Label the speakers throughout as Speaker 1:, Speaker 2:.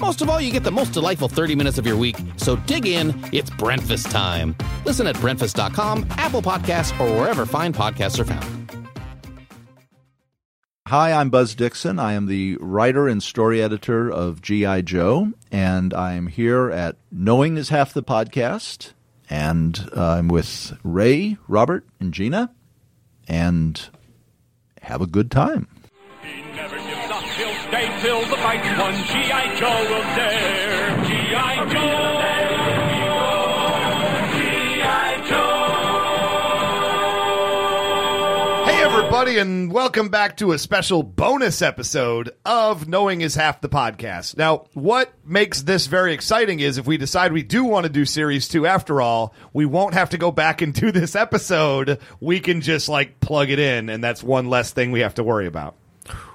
Speaker 1: Most of all, you get the most delightful 30 minutes of your week. So dig in, it's breakfast time. Listen at breakfast.com, Apple Podcasts, or wherever fine podcasts are found.
Speaker 2: Hi, I'm Buzz Dixon. I am the writer and story editor of G.I. Joe, and I'm here at Knowing is Half the Podcast. And uh, I'm with Ray, Robert, and Gina. And have a good time.
Speaker 3: He never gives up. He'll stay till the fight's won. G.I. Joe will dare. G.I. Joe. G.I. Joe.
Speaker 4: Hey, everybody, and welcome back to a special bonus episode of Knowing is Half the Podcast. Now, what makes this very exciting is if we decide we do want to do series two after all, we won't have to go back and do this episode. We can just like plug it in, and that's one less thing we have to worry about.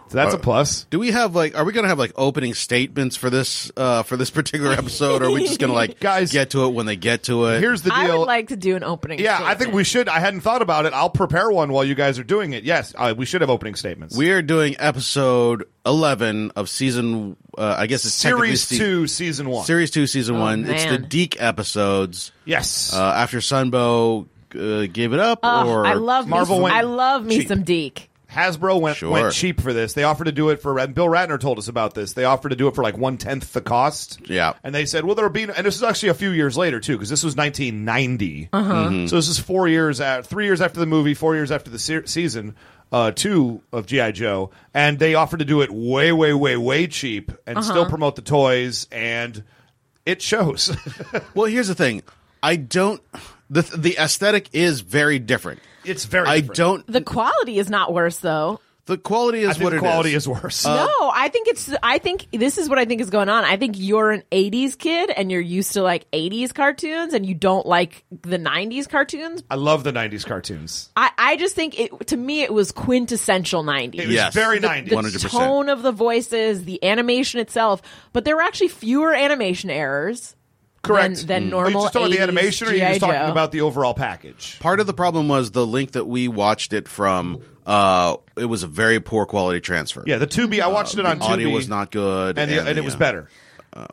Speaker 4: So
Speaker 5: Uh,
Speaker 4: that's a plus.
Speaker 5: Do we have like? Are we gonna have like opening statements for this uh for this particular episode? Or are we just gonna like
Speaker 4: Guys-
Speaker 5: get to it when they get to it?
Speaker 4: Here's the deal.
Speaker 6: I would like to do an opening.
Speaker 4: yeah, I think we should. I hadn't thought about it. I'll prepare one while you guys are doing it. Yes, uh, we should have opening statements.
Speaker 5: we are doing episode eleven of season. Uh, I guess it's technically
Speaker 4: series
Speaker 5: se-
Speaker 4: two, season one.
Speaker 5: Series two, season one. It's the
Speaker 6: Oh, man.
Speaker 5: Deke episodes
Speaker 4: yes.
Speaker 5: uh, after Sunbow uh, gave it up. or
Speaker 6: I love
Speaker 4: Marvel
Speaker 6: Marvel. Me, some-
Speaker 4: went
Speaker 6: I love me
Speaker 4: cheap.
Speaker 6: some Deke.
Speaker 4: Hasbro went
Speaker 5: Sure.
Speaker 4: went cheap for this. They offered to do it for, and Bill Ratner told us about this. They offered to do it for like one tenth the cost.
Speaker 5: Yeah.
Speaker 4: and they said, well, there'll be, no, and this is actually a few years later too, because this was 1990. Uh-huh.
Speaker 5: Mm-hmm.
Speaker 4: So this is four years at three years after the movie, four years after the se- season uh, two of GI Joe, and they offered to do it way, way, way, way cheap and still promote the toys, and it shows.
Speaker 5: Well, here's the thing. I don't. The the aesthetic is very different.
Speaker 4: it's very.
Speaker 5: I
Speaker 4: different.
Speaker 5: don't.
Speaker 6: The quality is not worse though.
Speaker 5: The quality
Speaker 4: I
Speaker 5: is
Speaker 4: think
Speaker 5: what
Speaker 4: the
Speaker 5: it
Speaker 4: quality
Speaker 5: is.
Speaker 4: is worse.
Speaker 6: no, I think it's. I think this is what I think is going on. I think you're an '80s kid and you're used to like '80s cartoons and you don't like the '90s cartoons.
Speaker 4: I love the 90s cartoons.
Speaker 6: I, I just think it to me it was quintessential '90s.
Speaker 4: It was
Speaker 5: Yes.
Speaker 4: very
Speaker 5: The-
Speaker 4: 90s.
Speaker 6: the
Speaker 5: 100%.
Speaker 6: tone of the voices, the animation itself, but there were actually fewer animation errors.
Speaker 4: Correct. Are
Speaker 6: than
Speaker 4: you
Speaker 6: normal
Speaker 4: just talking about the
Speaker 6: 80s
Speaker 4: animation, or are you
Speaker 6: G.I.
Speaker 4: just talking
Speaker 6: Joe?
Speaker 4: about the overall package?
Speaker 5: part of the problem was the link that we watched it from. Uh, it was a very poor quality transfer.
Speaker 4: Yeah, Uh, the Tubi. I watched it on Tubi.
Speaker 5: audio was not good,
Speaker 4: and, the- and it was
Speaker 5: uh,
Speaker 4: better.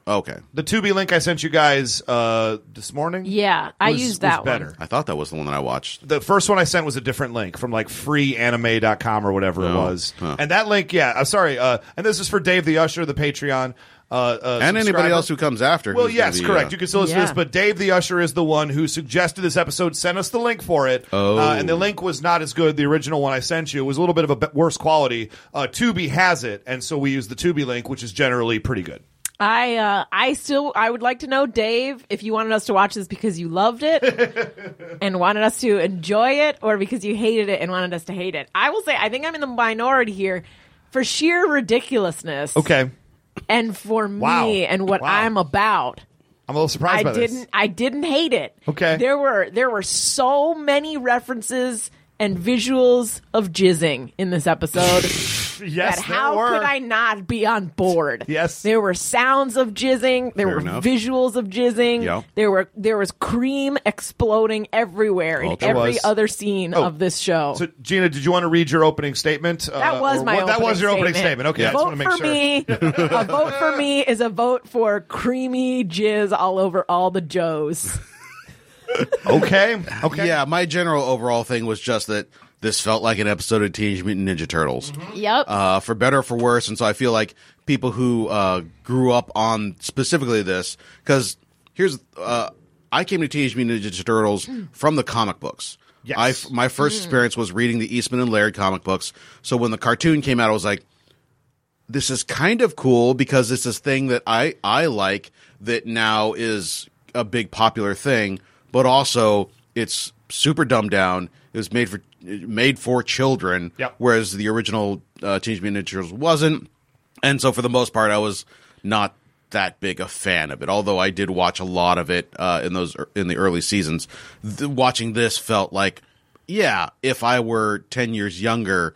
Speaker 5: Okay,
Speaker 4: The Tubi link I sent you guys uh, this morning.
Speaker 6: Yeah, I
Speaker 4: was-
Speaker 6: used
Speaker 4: was
Speaker 6: that
Speaker 4: better.
Speaker 6: one.
Speaker 5: I thought that was the one that I watched.
Speaker 4: The first one I sent was a different link from like freeanime.com or whatever it was. And that link, yeah, I'm sorry. Uh, and this is for Dave the Usher, the Patreon. Uh, uh,
Speaker 5: And anybody
Speaker 4: subscriber.
Speaker 5: else who comes after.
Speaker 4: Well,
Speaker 5: who's gonna
Speaker 4: yes,
Speaker 5: be,
Speaker 4: correct.
Speaker 5: uh,
Speaker 4: you can still listen to this,
Speaker 6: Yeah.
Speaker 4: but Dave the Usher is the one who suggested this episode, sent us the link for it. Oh. Uh, and the link was not as good. The original one I sent you It was a little bit of a bit worse quality. Uh, Tubi has it, and so we use the Tubi link, which is generally pretty good.
Speaker 6: I uh, I still I would like to know, Dave, if you wanted us to watch this because you loved it and wanted us to enjoy it, or because you hated it and wanted us to hate it. I will say I think I'm in the minority here for sheer ridiculousness.
Speaker 4: Okay.
Speaker 6: and for me
Speaker 4: Wow.
Speaker 6: and what
Speaker 4: Wow.
Speaker 6: I'm about.
Speaker 4: I'm a little surprised
Speaker 6: I
Speaker 4: by
Speaker 6: didn't.
Speaker 4: this.
Speaker 6: I didn't hate it.
Speaker 4: Okay.
Speaker 6: There were there were so many references and visuals of jizzing in this episode.
Speaker 4: Yes,
Speaker 6: that how
Speaker 4: there were.
Speaker 6: could I not be on board?
Speaker 4: Yes.
Speaker 6: there were sounds of jizzing. There
Speaker 5: Fair
Speaker 6: were
Speaker 5: enough.
Speaker 6: visuals of jizzing.
Speaker 5: Yeah.
Speaker 6: There were there was cream exploding everywhere
Speaker 5: Oh,
Speaker 6: in
Speaker 5: there
Speaker 6: every
Speaker 4: was. Oh.
Speaker 6: other scene of this show.
Speaker 4: So, Gina, did you want to read your opening statement? Uh,
Speaker 6: that was
Speaker 4: or
Speaker 6: my.
Speaker 4: what- that was your opening statement. Okay, I just
Speaker 6: vote
Speaker 4: want to make
Speaker 6: for
Speaker 4: sure.
Speaker 6: me. a vote for me is a vote for creamy jizz all over all the Joes.
Speaker 4: Okay, okay.
Speaker 5: uh, Yeah, my general overall thing was just that this felt like an episode of Teenage Mutant Ninja Turtles.
Speaker 4: Mm-hmm.
Speaker 6: Yep.
Speaker 5: uh, for better or for worse. And so I feel like people who uh, grew up on specifically this, because here's uh, I came to Teenage Mutant Ninja Turtles from the comic books.
Speaker 4: Hmm. Yes. Hmm.
Speaker 5: I f- my first experience was reading the Eastman and Laird comic books. So when the cartoon came out, I was like, this is kind of cool because it's this thing that I, I like that now is a big popular thing, but also it's super dumbed down. It was made for made for children,
Speaker 4: Yep.
Speaker 5: whereas the original uh, Teenage Mutant Ninja Turtles wasn't. And so for the most part, I was not that big a fan of it. Although I did watch a lot of it uh, in those in the early seasons. Th- watching this felt like, yeah, if I were ten years younger,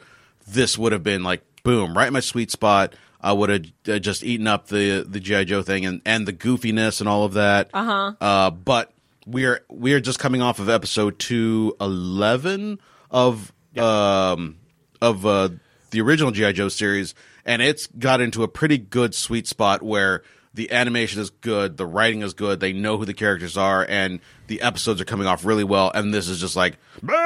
Speaker 5: this would have been like boom, right in my sweet spot. I would have uh, just eaten up the the GI Joe thing and and the goofiness and all of that. Uh-huh. Uh But we're we're just coming off of episode two eleven of um of uh, the original GI Joe series, and it's got into a pretty good sweet spot where the animation is good, the writing is good, they know who the characters are, and the episodes are coming off really well. And this is just like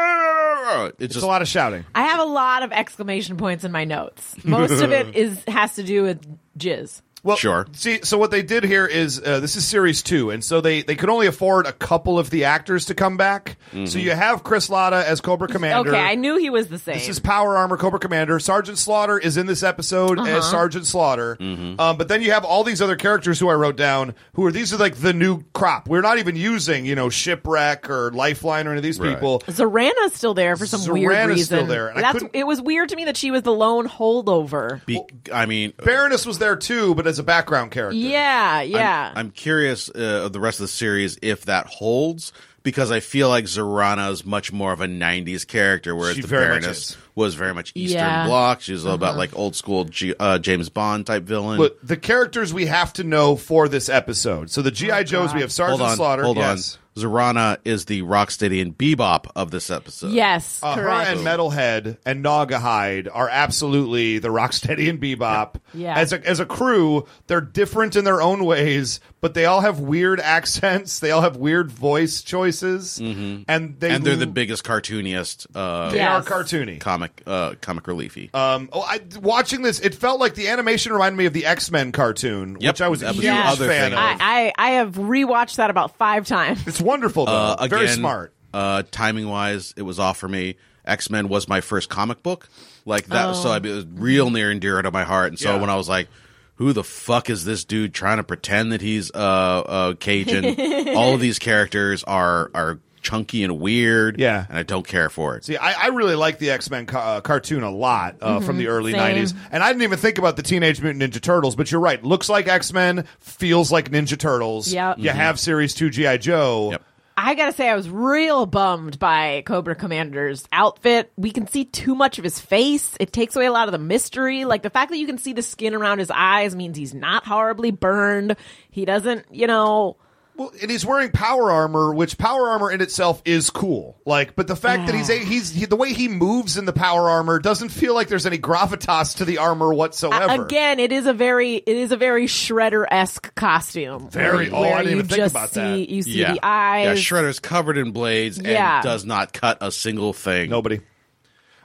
Speaker 5: "Brrr!" it's,
Speaker 4: It's
Speaker 5: just
Speaker 4: a lot of shouting.
Speaker 6: I have a lot of exclamation points in my notes. Most of it is has to do with jizz.
Speaker 4: Well,
Speaker 5: Sure.
Speaker 4: See, so what they did here is uh, this is series two, and so they they could only afford a couple of the actors to come back.
Speaker 5: Mm-hmm.
Speaker 4: So you have Chris Latta as Cobra Commander.
Speaker 6: Okay, I knew he was the same.
Speaker 4: This is Power Armor Cobra Commander. Sergeant Slaughter is in this episode
Speaker 6: Uh-huh.
Speaker 4: as Sergeant Slaughter.
Speaker 5: Mm-hmm.
Speaker 4: Um, but then you have all these other characters who I wrote down who are these are like the new crop. We're not even using, you know, Shipwreck or Lifeline or any of these
Speaker 5: Right.
Speaker 4: people.
Speaker 6: Zarana's still there for some weird
Speaker 4: Zorana's
Speaker 6: reason.
Speaker 4: still there, and I
Speaker 6: That's
Speaker 4: couldn't-
Speaker 6: it was weird to me that she was the lone holdover.
Speaker 5: be- I mean,
Speaker 4: Baroness was there too, but as a background character.
Speaker 6: Yeah,
Speaker 5: I'm-
Speaker 6: yeah.
Speaker 5: I'm, curious uh, of the rest of the series if that holds because I feel like Zorana is much more of a '90s character, whereas
Speaker 4: She
Speaker 5: the
Speaker 4: very much
Speaker 5: Baroness
Speaker 4: is.
Speaker 5: was very much Eastern
Speaker 6: Yeah. Uh-huh.
Speaker 5: Bloc. She was all about like old school G- uh, James Bond type villain.
Speaker 4: But the characters we have to know for this episode. So the
Speaker 6: Oh,
Speaker 4: GI Joes we have Sergeant
Speaker 5: hold on,
Speaker 4: Slaughter.
Speaker 5: hold
Speaker 4: yes.
Speaker 5: on. Zorana is the Rocksteady and Bebop of this episode.
Speaker 6: yes,
Speaker 4: Uh, her
Speaker 6: correct.
Speaker 4: and Metalhead and Naugahyde are absolutely the Rocksteady and Bebop.
Speaker 6: Yeah.
Speaker 4: As a as a crew, they're different in their own ways, but they all have weird accents. They all have weird voice choices, and they
Speaker 5: Mm-hmm. and they're the
Speaker 4: l-
Speaker 5: biggest cartooniest uh,
Speaker 4: They
Speaker 6: Yes.
Speaker 4: are cartoony.
Speaker 5: comic uh, comic reliefy.
Speaker 4: Um, oh, I, watching this, it felt like the animation reminded me of the X Men cartoon,
Speaker 5: Yep,
Speaker 4: which I was a
Speaker 5: that was
Speaker 4: huge
Speaker 5: the other
Speaker 4: fan
Speaker 5: thing.
Speaker 4: of.
Speaker 6: I, I I have rewatched that about five times.
Speaker 4: it's wonderful though.
Speaker 5: Uh, again,
Speaker 4: Very smart.
Speaker 5: Uh, timing wise, it was off for me. X Men was my first comic book, like that. So I, it was real near and dear to my heart. And so
Speaker 4: Yeah.
Speaker 5: when I was like, "Who the fuck is this dude trying to pretend that he's uh, uh Cajun?" All of these characters are are chunky and weird.
Speaker 4: Yeah.
Speaker 5: and I don't care for it.
Speaker 4: See, I, I really like the X Men ca- uh, cartoon a lot uh, from the early
Speaker 6: Mm-hmm. same.
Speaker 4: '90s, and I didn't even think about the Teenage Mutant Ninja Turtles. But you're right; looks like X Men, feels like Ninja Turtles.
Speaker 6: Yep.
Speaker 4: you have Series Two GI Joe.
Speaker 5: Yep.
Speaker 6: I gotta say, I was real bummed by Cobra Commander's outfit. We can see too much of his face. It takes away a lot of the mystery. Like the fact that you can see the skin around his eyes means he's not horribly burned. He doesn't, you know.
Speaker 4: Well, and he's wearing power armor, which power armor in itself is cool. Like, but the fact that he's a, he's he, the way he moves in the power armor doesn't feel like there's any gravitas to the armor whatsoever.
Speaker 6: Again, it is a very it is a very Shredder esque costume.
Speaker 4: Very-
Speaker 6: Where-
Speaker 4: oh, I
Speaker 6: where
Speaker 4: didn't
Speaker 6: you
Speaker 4: even think
Speaker 6: just
Speaker 4: about
Speaker 6: see,
Speaker 4: that.
Speaker 6: You see
Speaker 5: yeah,
Speaker 6: the eyes.
Speaker 5: Yeah, Shredder's covered in blades
Speaker 6: Yeah.
Speaker 5: and does not cut a single thing.
Speaker 4: Nobody.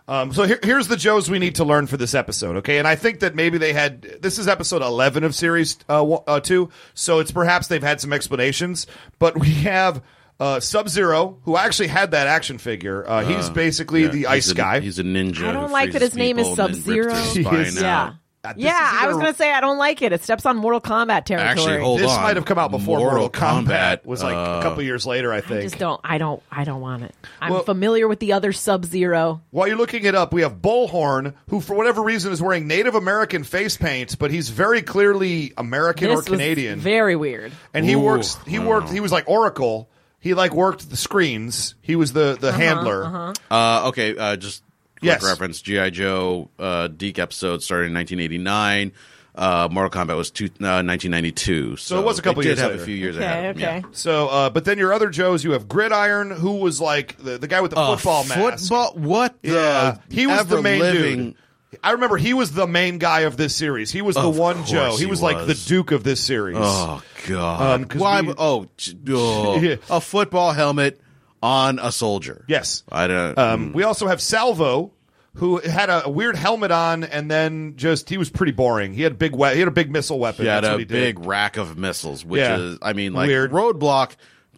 Speaker 4: Um, so here, here's the Joes we need to learn for this episode, okay? And I think that maybe they had this is episode 11 of series uh, one- uh, two, so it's perhaps they've had some explanations. But we have uh, Sub Zero, who actually had that action figure. Uh, he's basically
Speaker 5: Yeah,
Speaker 4: the
Speaker 5: he's
Speaker 4: ice
Speaker 5: a-
Speaker 4: guy.
Speaker 5: He's a ninja.
Speaker 6: I don't
Speaker 5: who
Speaker 6: like that his
Speaker 5: freezes
Speaker 6: name is
Speaker 5: people and then rips their
Speaker 6: Sub-Zero.
Speaker 5: spine
Speaker 4: Yes.
Speaker 5: out.
Speaker 6: yeah.
Speaker 4: Uh, this
Speaker 6: yeah,
Speaker 4: is
Speaker 6: I was
Speaker 4: either-
Speaker 6: gonna say I don't like it. It steps on Mortal Kombat territory.
Speaker 5: Actually, hold
Speaker 4: this
Speaker 5: on.
Speaker 4: might have come out before Mortal, Kombat, was like
Speaker 5: uh,
Speaker 4: a couple years later, I
Speaker 6: I
Speaker 4: think.
Speaker 6: just don't. I don't. I don't want it. I'm
Speaker 4: Well-
Speaker 6: familiar with the other Sub Zero.
Speaker 4: While you're looking it up, we have Bullhorn, who for whatever reason is wearing Native American face paint, but he's very clearly American
Speaker 6: This
Speaker 4: or
Speaker 6: was
Speaker 4: Canadian.
Speaker 6: very weird.
Speaker 4: and he
Speaker 5: Ooh,
Speaker 4: works he
Speaker 5: I don't
Speaker 4: worked
Speaker 5: know.
Speaker 4: he was like oracle he like worked the screens he was the the handler
Speaker 5: Uh, okay, uh, just quick
Speaker 4: Yes.
Speaker 5: reference: GI Joe uh, Deke episode started in 1989. Uh, Mortal Kombat was two, uh, 1992. So,
Speaker 4: it was a couple
Speaker 5: they
Speaker 4: years
Speaker 5: Did have
Speaker 4: later.
Speaker 5: a few years
Speaker 6: Okay.
Speaker 5: ahead. of them,
Speaker 6: Okay.
Speaker 5: yeah.
Speaker 4: so uh but then your other joes you have gridiron who was like the, the guy with the football mask
Speaker 5: Football. What the?
Speaker 4: yeah he was the main
Speaker 5: ever-living-
Speaker 4: dude I remember he was the main guy of this series. He was the
Speaker 5: Of
Speaker 4: one
Speaker 5: course
Speaker 4: Joe. He,
Speaker 5: he
Speaker 4: was, like the
Speaker 5: was.
Speaker 4: Duke of this series.
Speaker 5: Oh God!
Speaker 4: Um, 'cause
Speaker 5: Why?
Speaker 4: we-
Speaker 5: oh, j- oh.
Speaker 4: Yeah.
Speaker 5: a football helmet on a soldier.
Speaker 4: Yes.
Speaker 5: I mm, don't.
Speaker 4: Um, we also have Salvo, who had a, a weird helmet on, and then just he was pretty boring. He had a big we- he had a big missile weapon.
Speaker 5: He had
Speaker 4: That's
Speaker 5: a
Speaker 4: what he did.
Speaker 5: big rack of missiles, which
Speaker 4: Yeah.
Speaker 5: is, I mean, like
Speaker 4: Weird.
Speaker 5: roadblock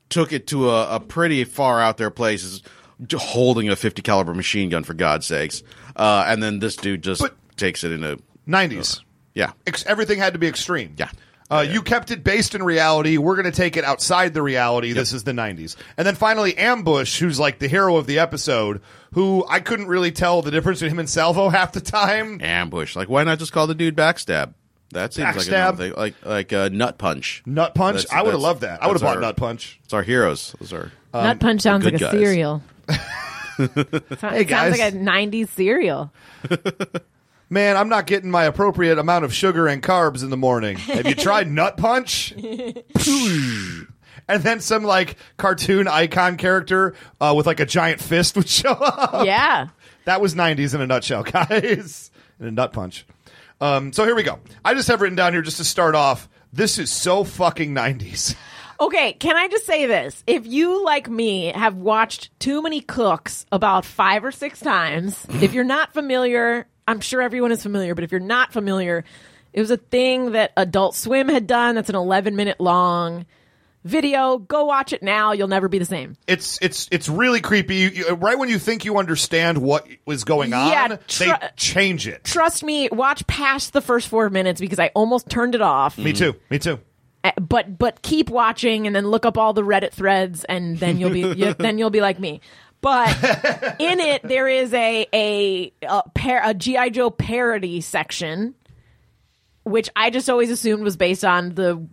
Speaker 5: took it to a, a pretty far out there place. Is j- holding a 50 caliber machine gun for God's sakes, uh, and then this dude just
Speaker 4: But-
Speaker 5: takes it in a
Speaker 4: Nineties.
Speaker 5: yeah.
Speaker 4: Ex- everything had to be extreme.
Speaker 5: Yeah.
Speaker 4: Uh, You kept it based in reality. We're going to take it outside the reality. This is the 90s. And then finally, Ambush, who's like the hero of the episode, who I couldn't really tell the difference between him and Salvo half the time.
Speaker 5: ambush. Like, why not just call the dude backstab? That seems like
Speaker 4: Backstab?
Speaker 5: another thing. Like like uh, nut punch.
Speaker 4: Nut Punch?
Speaker 5: That's-
Speaker 4: I would have
Speaker 5: that's-
Speaker 4: loved that. I would have
Speaker 5: that's
Speaker 4: bought
Speaker 5: our-
Speaker 4: Nut Punch.
Speaker 5: It's our heroes. Those are
Speaker 4: Um,
Speaker 6: Nut Punch sounds
Speaker 5: good
Speaker 6: like a
Speaker 5: guys.
Speaker 6: cereal. it sounds
Speaker 4: guys.
Speaker 6: like a 90s cereal.
Speaker 4: Man, I'm not getting my appropriate amount of sugar and carbs in the morning. Have you tried Nut Punch? and then some like cartoon icon character uh, with like a giant fist would show up.
Speaker 6: Yeah.
Speaker 4: That was 90s in a nutshell, guys. in a nut punch. Um, so here we go. I just have written down here just to start off. This is so fucking 90s.
Speaker 6: Okay, can I just say this? If you, like me, have watched too many cooks about five or six times, if you're not familiar, I'm sure everyone is familiar, but if you're not familiar, it was a thing that Adult Swim had done that's an 11 minute long video. Go watch it now. You'll never be the same.
Speaker 4: It's it's it's really creepy. You, you, right when you think you understand what was going on,
Speaker 6: Yeah,
Speaker 4: they
Speaker 6: tr-
Speaker 4: change it.
Speaker 6: Trust me, watch past the first four minutes because I almost turned it off.
Speaker 4: me too. Me too.
Speaker 6: Uh, but but keep watching and then look up all the reddit threads and then you'll be you, then you'll be like me but in it there is a a a, par- a gi joe parody section which i just always assumed was based on the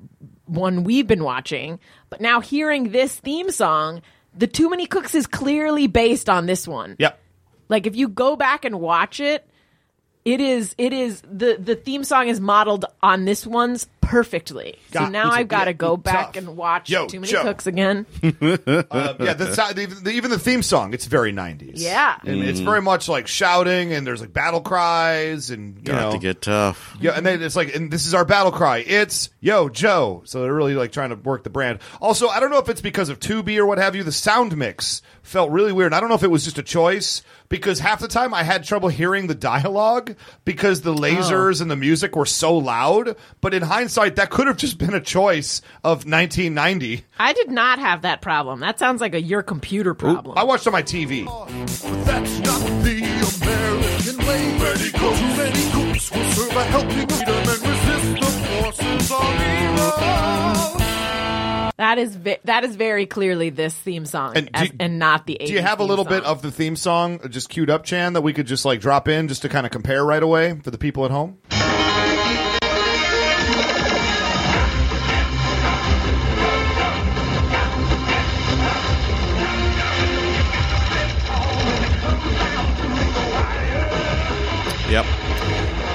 Speaker 6: one we've been watching but now hearing this theme song the too many cooks is clearly based on this one
Speaker 4: Yep.
Speaker 6: like if you go back and watch it, it is it is the the theme song is modeled on this one's perfectly. so
Speaker 4: God,
Speaker 6: now
Speaker 4: it's-
Speaker 6: I've got to
Speaker 4: yeah,
Speaker 6: go
Speaker 4: it's
Speaker 6: back
Speaker 4: tough.
Speaker 6: and watch
Speaker 4: Yo,
Speaker 6: Too Many
Speaker 4: Joe.
Speaker 6: Cooks again.
Speaker 4: Uh, yeah, the, so- the, the, even the theme song, it's very 90s.
Speaker 6: Yeah.
Speaker 4: And it's
Speaker 5: Mm.
Speaker 4: very much like shouting and there's like battle cries and you
Speaker 5: got
Speaker 4: know
Speaker 5: to get tough.
Speaker 4: Yeah, and then it's like, and this is our battle cry. It's Yo Joe. So they're really like trying to work the brand. Also, I don't know if it's because of Tubi or what have you. The sound mix felt really weird. I don't know if it was just a choice because half the time I had trouble hearing the dialogue because the lasers and the music were so loud. But in hindsight, that could have just been a choice of 1990.
Speaker 6: I did not have that problem. That sounds like a your computer problem.
Speaker 4: I watched on my TV.
Speaker 7: That's not the American way. Many cooks, too many cooks will serve a helping freedom and resist the forces of evil.
Speaker 6: that is ve- that is very clearly this theme song
Speaker 4: And
Speaker 6: and,
Speaker 4: do you-
Speaker 6: and not the.
Speaker 4: Do you have a little bit of the theme song just queued up, Chan, that we could just like drop in just to kind of compare right away for the people at home?
Speaker 5: Yep.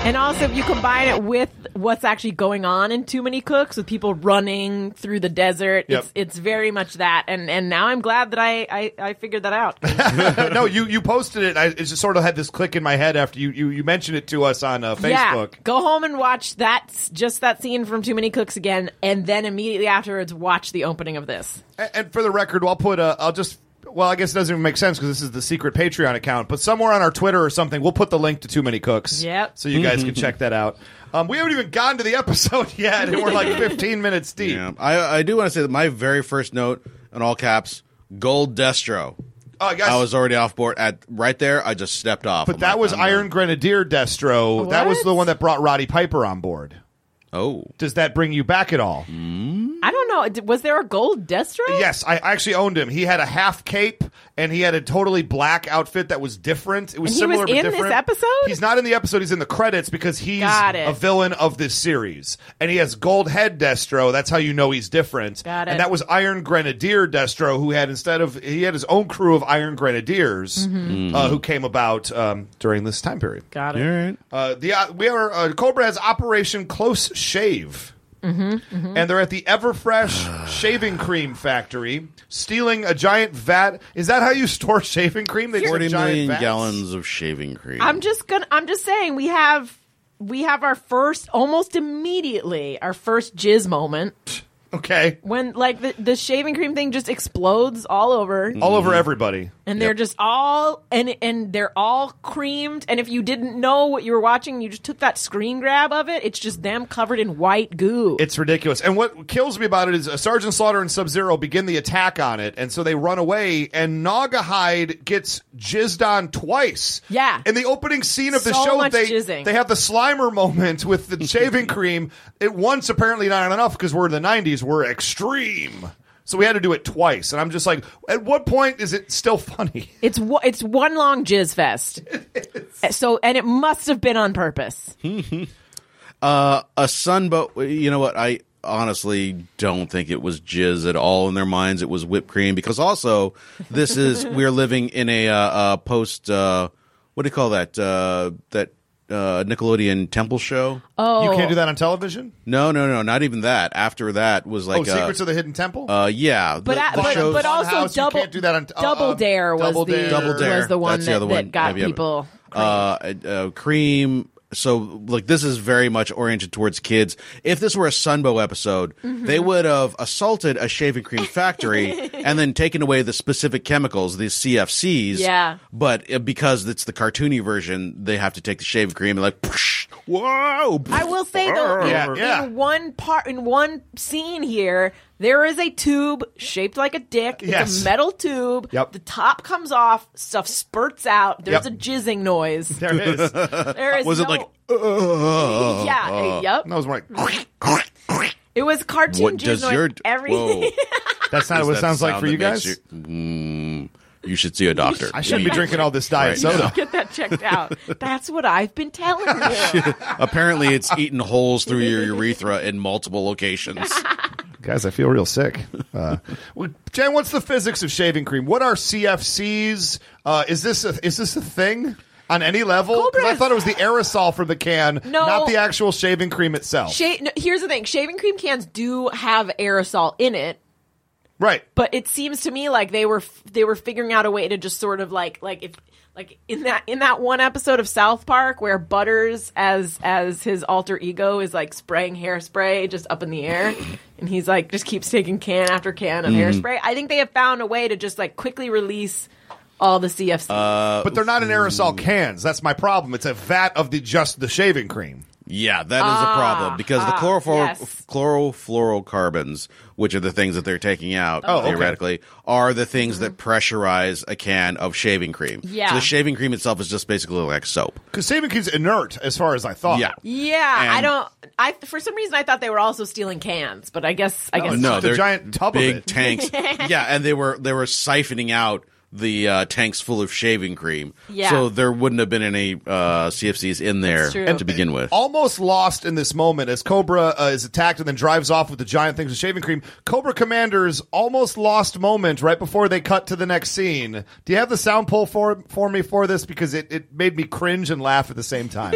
Speaker 6: And also, if you combine it with what's actually going on in Too Many Cooks, with people running through the desert,
Speaker 4: Yep.
Speaker 6: it's it's very much that. And and now I'm glad that I I, I figured that out.
Speaker 4: no, you you posted it. I, it just sort of had this click in my head after you you, you mentioned it to us on uh, Facebook.
Speaker 6: Yeah, go home and watch that just that scene from Too Many Cooks again, and then immediately afterwards watch the opening of this.
Speaker 4: A- And for the record, I'll put a, I'll just well, I guess it doesn't even make sense because this is the secret Patreon account. But somewhere on our Twitter or something, we'll put the link to Too Many Cooks.
Speaker 6: Yep.
Speaker 4: So you guys can
Speaker 5: Mm-hmm.
Speaker 4: check that out. Um, we haven't even gotten to the episode yet, and we're like 15 minutes deep.
Speaker 5: Yeah. I I do want to say that my very first note in all caps, gold Destro.
Speaker 4: Oh, guys.
Speaker 5: I was already off board at right there. I just stepped off.
Speaker 4: but
Speaker 5: I'm
Speaker 4: that
Speaker 5: like,
Speaker 4: was
Speaker 5: I'm
Speaker 4: Iron
Speaker 5: done.
Speaker 4: Grenadier Destro. That was
Speaker 6: What?
Speaker 4: the one that brought Roddy Piper on board.
Speaker 5: Oh,
Speaker 4: Does that bring you back at all?
Speaker 6: I don't know. d- Was there a gold Destro?
Speaker 4: Yes, I actually owned him. He had a half cape and he had a totally black outfit that was different. It was
Speaker 6: And he
Speaker 4: similar
Speaker 6: was
Speaker 4: but
Speaker 6: in this
Speaker 4: different.
Speaker 6: episode?
Speaker 4: He's not in the episode. He's in the credits because he's
Speaker 6: Got it.
Speaker 4: a villain of this series, and he has gold head Destro. That's how you know he's different.
Speaker 6: Got it.
Speaker 4: And that was Iron Grenadier Destro, who had instead of he had his own crew of Iron Grenadiers
Speaker 6: Mm-hmm.
Speaker 4: uh, who came about um, during this time period.
Speaker 6: Got it.
Speaker 4: Uh, the uh, we are uh, Cobra has Operation Close Shave,
Speaker 6: Mm-hmm,
Speaker 4: and they're at the Everfresh shaving cream factory, stealing a giant vat. Is that how you store shaving cream? They took
Speaker 5: forty
Speaker 4: giant
Speaker 5: million
Speaker 4: vats?
Speaker 5: gallons of shaving cream.
Speaker 6: I'm just gonna. I'm just saying we have we have our first almost immediately our first jizz moment.
Speaker 4: Okay.
Speaker 6: When like the, the shaving cream thing just explodes all over,
Speaker 4: All over
Speaker 5: Mm-hmm.
Speaker 4: everybody.
Speaker 6: and they're just all and and they're all creamed. And if you didn't know what you were watching, you just took that screen grab of it. It's just them covered in white goo.
Speaker 4: It's ridiculous. And what kills me about it is uh, Sergeant Slaughter and Sub Zero begin the attack on it, and so they run away, and Naugahyde gets jizzed on twice.
Speaker 6: Yeah.
Speaker 4: In the opening scene of the
Speaker 6: So
Speaker 4: show,
Speaker 6: much
Speaker 4: they
Speaker 6: jizzing.
Speaker 4: they have the Slimer moment with the shaving cream. It once apparently not enough because we're in the '90s. We're extreme. So we had to do it twice, and I'm just like, at what point is it still funny?
Speaker 6: It's wo- it's one long jizz fest. so and it must have been on purpose.
Speaker 5: Uh, a sunboat. You know what? I honestly don't think it was jizz at all in their minds. It was whipped cream because also this is we're living in a uh, uh, post. Uh, what do you call that? Uh, that uh, Nickelodeon temple show?
Speaker 4: Oh. You can't do that on television.
Speaker 5: No, no, no, not even that. After that was like
Speaker 4: oh, Secrets
Speaker 5: uh,
Speaker 4: of the Hidden Temple.
Speaker 5: uh, yeah,
Speaker 6: But
Speaker 5: the-
Speaker 6: I-
Speaker 5: the
Speaker 6: but,
Speaker 5: shows-
Speaker 6: but also
Speaker 4: Funhouse, you
Speaker 6: double
Speaker 4: can't do that on- uh,
Speaker 6: double
Speaker 4: uh,
Speaker 6: dare was
Speaker 4: Double
Speaker 6: the
Speaker 4: Dare. Double
Speaker 5: Dare.
Speaker 6: was the one
Speaker 5: That's the
Speaker 6: that,
Speaker 5: other
Speaker 6: that
Speaker 5: one.
Speaker 6: got
Speaker 5: Have you ever-
Speaker 6: people.
Speaker 5: uh, uh, cream. So like this is very much oriented towards kids. If this were a Sunbow episode,
Speaker 6: Mm-hmm.
Speaker 5: they would have assaulted a shaving cream factory and then taken away the specific chemicals, the CFCs.
Speaker 6: Yeah.
Speaker 5: But uh, because it's the cartoony version, they have to take the shaving cream and like, psh, whoa.
Speaker 6: I will say though, in-
Speaker 4: Yeah,
Speaker 6: in,
Speaker 4: yeah.
Speaker 6: one part in one scene here, there is a tube shaped like a dick. It's
Speaker 4: Yes.
Speaker 6: a metal tube.
Speaker 4: Yep.
Speaker 6: The top comes off, stuff spurts out. There's
Speaker 4: Yep.
Speaker 6: a jizzing noise.
Speaker 4: there it is. that
Speaker 6: There is
Speaker 5: Was it
Speaker 6: no-
Speaker 5: like? Uh.
Speaker 6: yeah, yep.
Speaker 4: was more like.
Speaker 6: It was cartoon
Speaker 5: What
Speaker 6: jizz
Speaker 5: does
Speaker 6: noise.
Speaker 5: your
Speaker 6: everything?
Speaker 5: Whoa.
Speaker 4: That's not what it
Speaker 5: That
Speaker 4: sounds like
Speaker 5: sound
Speaker 4: for
Speaker 5: that
Speaker 4: you
Speaker 5: makes
Speaker 4: guys.
Speaker 5: Mm, you should see a doctor.
Speaker 4: I shouldn't be drinking all this diet
Speaker 5: Right.
Speaker 4: soda.
Speaker 6: Get that checked out. That's what I've been telling you.
Speaker 5: Apparently, it's eating holes through your urethra in multiple locations.
Speaker 4: Guys, I feel real sick. Uh, well, Jen, what's the physics of shaving cream? What are CFCs? Uh, is this a, is this a thing on any level? Because I
Speaker 6: Cobras.
Speaker 4: thought it was the aerosol from the can,
Speaker 6: No.
Speaker 4: not the actual shaving cream itself.
Speaker 6: Sha- no, here's the thing: shaving cream cans do have aerosol in it,
Speaker 4: right.
Speaker 6: but it seems to me like they were f- they were figuring out a way to just sort of like like if like in that in that one episode of South Park where Butters as as his alter ego is like spraying hairspray just up in the air and he's like just keeps taking can after can of hairspray. I think they have found a way to just like quickly release all the CFCs.
Speaker 4: But they're not in aerosol cans. That's my problem. It's a vat of the just the shaving cream.
Speaker 5: Yeah, that is a problem because the chlorofor-
Speaker 6: Ah, yes.
Speaker 5: chlorofluorocarbons, which are the things that they're taking out
Speaker 6: Oh,
Speaker 4: okay.
Speaker 5: theoretically, are the things that pressurize a can of shaving cream.
Speaker 6: Mm-hmm. Yeah.
Speaker 5: So the shaving cream itself is just basically like soap.
Speaker 4: Because shaving cream's inert, as far as I thought.
Speaker 5: Yeah.
Speaker 6: yeah, I
Speaker 5: and-
Speaker 6: don't. I for some reason I thought they were also stealing cans, but I guess I guess
Speaker 4: it's
Speaker 5: no,
Speaker 4: just a
Speaker 5: they're
Speaker 4: giant tub of
Speaker 5: big
Speaker 4: it.
Speaker 5: tanks. yeah, and they were they were siphoning out the uh, tanks full of shaving cream.
Speaker 6: Yeah.
Speaker 5: So there wouldn't have been any uh, CFCs in there
Speaker 6: true.
Speaker 5: to begin with.
Speaker 4: almost lost in this moment as Cobra uh, is attacked and then drives off with the giant things of shaving cream. Cobra Commander's almost lost moment right before they cut to the next scene. Do you have the sound pull for for me for this because it, it made me cringe and laugh at the same time.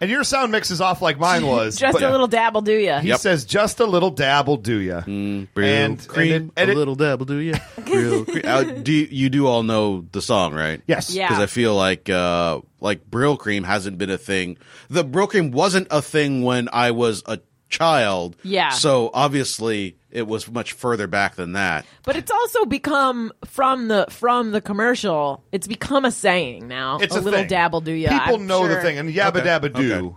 Speaker 4: and your sound mix is off like mine was.
Speaker 6: just
Speaker 4: but
Speaker 6: a little dab will do you.
Speaker 4: He says, "Just a little dabble, do ya?"
Speaker 5: Mm. Real
Speaker 4: and-
Speaker 5: cream,
Speaker 4: and it- and
Speaker 5: a
Speaker 4: it-
Speaker 5: little dabble, do you? Real cream. Uh, do you, you do all know the song, right?
Speaker 4: Yes.
Speaker 6: Yeah.
Speaker 5: Because I feel like uh, like Brill Cream hasn't been a thing. The Brill Cream wasn't a thing when I was a child.
Speaker 6: Yeah.
Speaker 5: So obviously it was much further back than that.
Speaker 6: But it's also become from the from the commercial. It's become a saying now.
Speaker 4: It's a,
Speaker 6: little
Speaker 4: thing.
Speaker 6: dabble do ya.
Speaker 4: People
Speaker 6: I'm
Speaker 4: know the
Speaker 6: sure.
Speaker 4: thing, and yabba dabba do.
Speaker 5: Okay.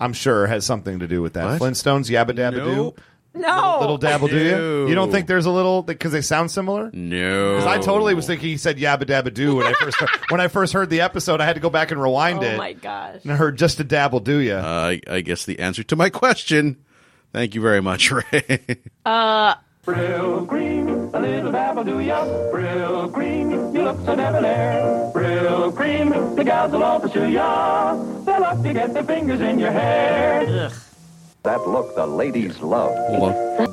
Speaker 4: I'm sure has something to do with that. Flintstones, yabba dabba
Speaker 5: Nope. Oh,
Speaker 4: do.
Speaker 6: No,
Speaker 4: Little dabble do you?
Speaker 5: No.
Speaker 4: You don't think there's a little because they sound similar?
Speaker 5: No.
Speaker 4: 'Cause I totally was thinking he said yabba dabba do when I first heard, when I first heard the episode. I had to go back and rewind
Speaker 6: Oh
Speaker 4: it
Speaker 6: my gosh.
Speaker 4: and heard just a dabble do you?
Speaker 5: I, I guess the answer to my question. Thank you very much, Ray.
Speaker 8: Brill cream, a little dabble do ya. Brill cream, you look so debonair. Brill cream, the gals will all pursue ya. They'll love to get their fingers in your hair. That look the ladies love.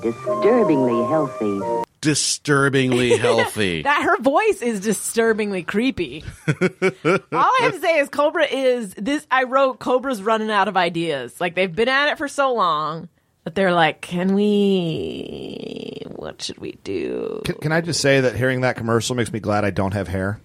Speaker 9: disturbingly healthy.
Speaker 5: Disturbingly healthy.
Speaker 6: That her voice is disturbingly creepy. All I have to say is Cobra is this. I wrote Cobra's running out of ideas. Like they've been at it for so long that they're like, can we? What should we do?
Speaker 4: can, can I just say that hearing that commercial makes me glad I don't have hair?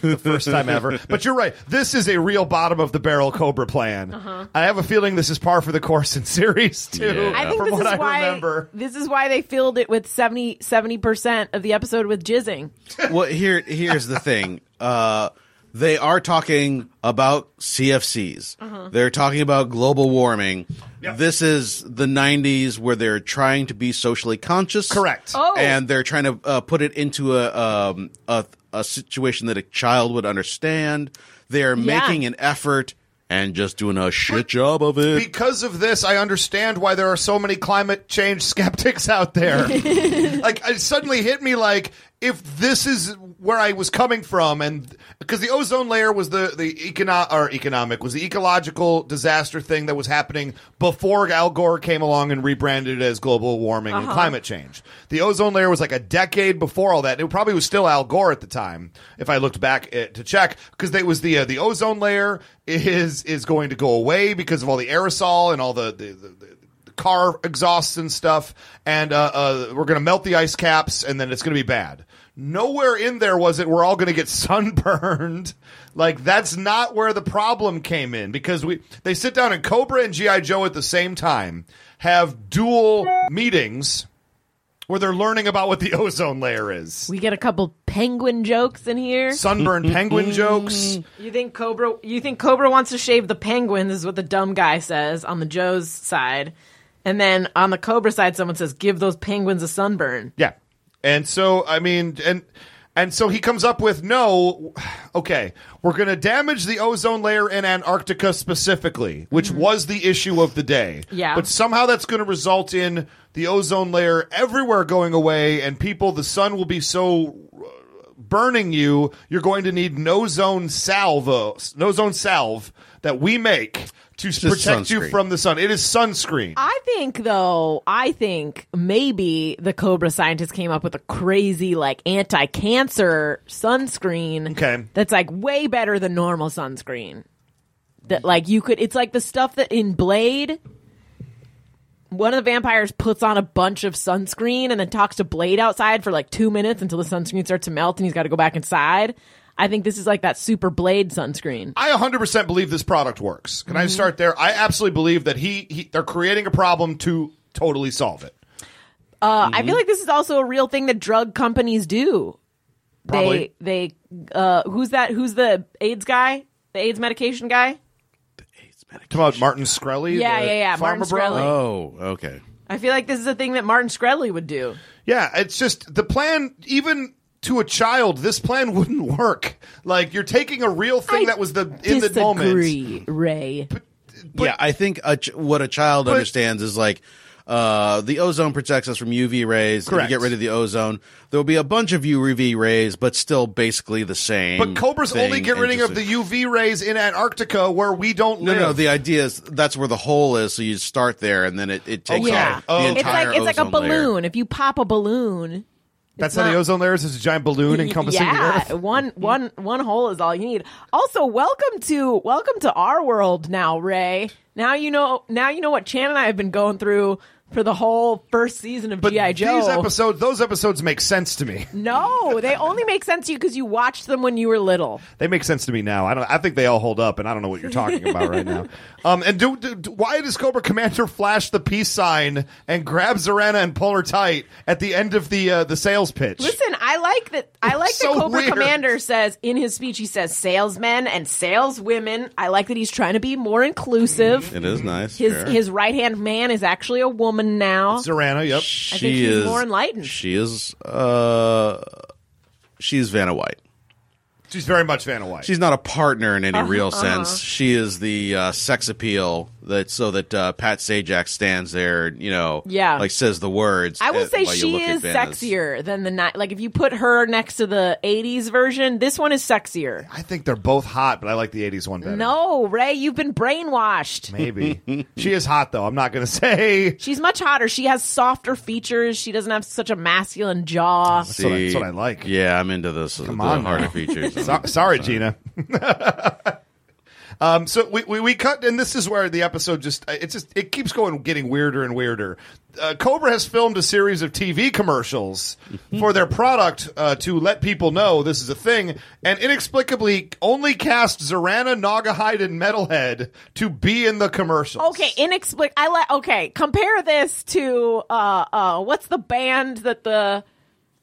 Speaker 4: the first time ever. But you're right. This is a real bottom of the barrel Cobra plan. I have a feeling this is par for the course in series two.
Speaker 5: Yeah.
Speaker 6: Uh-huh. I think
Speaker 4: from
Speaker 6: this
Speaker 4: what
Speaker 6: is
Speaker 4: I
Speaker 6: why
Speaker 4: remember.
Speaker 6: this is why they filled it with 70 percent of the episode with jizzing.
Speaker 5: well, here here's the thing. Uh, they are talking about CFCs. They're talking about global warming. This is the '90s where they're trying to be socially conscious.
Speaker 4: Correct.
Speaker 6: Oh.
Speaker 5: and they're trying to uh, put it into a, um, a a situation that a child would understand. They're
Speaker 6: Yeah.
Speaker 5: making an effort and just doing a shit job of it.
Speaker 4: because of this, I understand why there are so many climate change skeptics out there. like, it suddenly hit me like, if this is where I was coming from, and because the ozone layer was the the econo- or economic was the ecological disaster thing that was happening before Al Gore came along and rebranded it as global warming and climate change. The ozone layer was like a decade before all that. It probably was still Al Gore at the time, if I looked back at, to check, because it was the uh, the ozone layer is is going to go away because of all the aerosol and all the the, the, the car exhausts and stuff, and uh, uh, we're going to melt the ice caps, and then it's going to be bad. Nowhere in there was it we're all going to get sunburned. Like that's not where the problem came in because we they sit down and Cobra and GI Joe at the same time have dual meetings where they're learning about what the ozone layer is.
Speaker 6: We get a couple penguin jokes in here.
Speaker 4: Sunburned penguin jokes.
Speaker 6: You think Cobra? You think Cobra wants to shave the penguins? Is what the dumb guy says on the Joe's side, and then on the Cobra side, someone says, "Give those penguins a sunburn."
Speaker 4: Yeah. And so I mean and and so he comes up with no okay, we're going to damage the ozone layer in Antarctica specifically, which was the issue of the day.
Speaker 6: Yeah.
Speaker 4: But somehow that's going to result in the ozone layer everywhere going away and people the sun will be so uh, burning you, you're going to need no zone salvo, no zone salve that we make to protect you
Speaker 5: sunscreen.
Speaker 4: from the sun. It is sunscreen.
Speaker 6: I think though, I think maybe the Cobra scientist came up with a crazy like anti-cancer sunscreen.
Speaker 4: Okay.
Speaker 6: That's like way better than normal sunscreen. That like you could it's like the stuff that in Blade one of the vampires puts on a bunch of sunscreen and then talks to Blade outside for like 2 minutes until the sunscreen starts to melt and he's got to go back inside. I think this is like that super Blade sunscreen.
Speaker 4: I 100% believe this product works. Can I
Speaker 6: Mm-hmm.
Speaker 4: start there? I absolutely believe that he, he they're creating a problem to totally solve it.
Speaker 6: Uh, I feel
Speaker 4: Mm-hmm.
Speaker 6: like this is also a real thing that drug companies do.
Speaker 4: Probably.
Speaker 6: They they uh who's that who's the AIDS guy? The AIDS medication guy?
Speaker 4: Come on, Martin Screlly.
Speaker 6: Yeah,
Speaker 4: the
Speaker 6: yeah, yeah,
Speaker 4: farmer
Speaker 6: Martin
Speaker 4: bro? Uh,
Speaker 6: Shkreli.
Speaker 5: oh, okay.
Speaker 6: I feel like this is a thing that Martin Shkreli would do.
Speaker 4: Yeah, it's just the plan, even to a child, this plan wouldn't work. Like, you're taking a real thing
Speaker 6: I
Speaker 4: that was the in the moment.
Speaker 6: Disagree, Ray.
Speaker 5: yeah, I think a ch- what a child understands is like uh, the ozone protects us from UV rays.
Speaker 4: Correct.
Speaker 5: If you get rid of the ozone, there will be a bunch of UV rays, but still basically the same.
Speaker 4: But Cobra's only
Speaker 5: thing
Speaker 4: get rid of the
Speaker 5: interested-
Speaker 4: UV rays in Antarctica where we don't
Speaker 5: No,
Speaker 4: live.
Speaker 5: no. The idea is that's where the hole is, so you start there, and then it, it takes
Speaker 4: Okay.
Speaker 5: yeah.
Speaker 6: Yeah.
Speaker 4: Oh.
Speaker 5: the
Speaker 6: It's like
Speaker 5: entire
Speaker 6: it's like a
Speaker 5: ozone layer.
Speaker 6: balloon. If you pop a balloon,
Speaker 4: That's
Speaker 6: it's
Speaker 4: how the
Speaker 6: not-
Speaker 4: ozone layer is. It's a giant balloon encompassing the
Speaker 6: yeah,
Speaker 4: earth. Mm-hmm.
Speaker 6: one one one hole is all you need. Also, welcome to welcome to our world now, Ray. Now you know now you know what Chan and I have been going through for the whole first season of
Speaker 4: But
Speaker 6: GI Joe.
Speaker 4: these episodes, those episodes make sense to me.
Speaker 6: no, they only make sense to you because you watched them when you were little.
Speaker 4: They make sense to me now. I don't. I think they all hold up, and I don't know what you're talking about right now. Um, and do, do, do- why does Cobra Commander flash the peace sign and grab Zorana and pull her tight at the end of the uh, the sales pitch?
Speaker 6: Listen, I like that. I like
Speaker 4: So
Speaker 6: that Cobra
Speaker 4: weird.
Speaker 6: Commander says in his speech. He says salesmen and saleswomen. I like that he's trying to be more
Speaker 4: Mm-hmm.
Speaker 6: inclusive.
Speaker 5: It is nice.
Speaker 6: His
Speaker 5: sure.
Speaker 6: his right hand man is actually a woman now.
Speaker 4: Zorana, yep.
Speaker 5: she
Speaker 6: think he's
Speaker 5: is
Speaker 6: more enlightened.
Speaker 5: She is. Uh, she's Vanna White.
Speaker 4: She's very much Vanna White.
Speaker 5: She's not a partner in
Speaker 6: Uh-huh,
Speaker 5: any real sense. She is the uh, sex appeal that so that uh, Pat Sajak stands there, you know,
Speaker 6: Yeah.
Speaker 5: like says the words.
Speaker 6: I will
Speaker 5: uh,
Speaker 6: say
Speaker 5: while you
Speaker 6: she
Speaker 5: look at
Speaker 6: is
Speaker 5: Vanna's-
Speaker 6: sexier than the ni- like if you put her next to the 80s version, this one is sexier.
Speaker 4: I think they're both hot, but I like the '80s one better.
Speaker 6: No, Ray, you've been brainwashed.
Speaker 4: maybe she is hot though. I'm not going to say.
Speaker 6: She's much hotter. She has softer features. She doesn't have such a masculine jaw.
Speaker 4: That's what, I, that's what I like.
Speaker 5: Yeah, I'm into this. Come the
Speaker 4: on
Speaker 5: harder
Speaker 4: now.
Speaker 5: features.
Speaker 4: So- sorry, Gina. Um, so we, we, we cut, and this is where the episode just it just it keeps going, getting weirder and weirder. Uh, Cobra has filmed a series of TV commercials for their product uh, to let people know this is a thing, and inexplicably only cast Zorana, Nagahide, and Metalhead to be in the commercials.
Speaker 6: Okay, inexplicable. I like. Okay, compare this to uh uh what's the band that the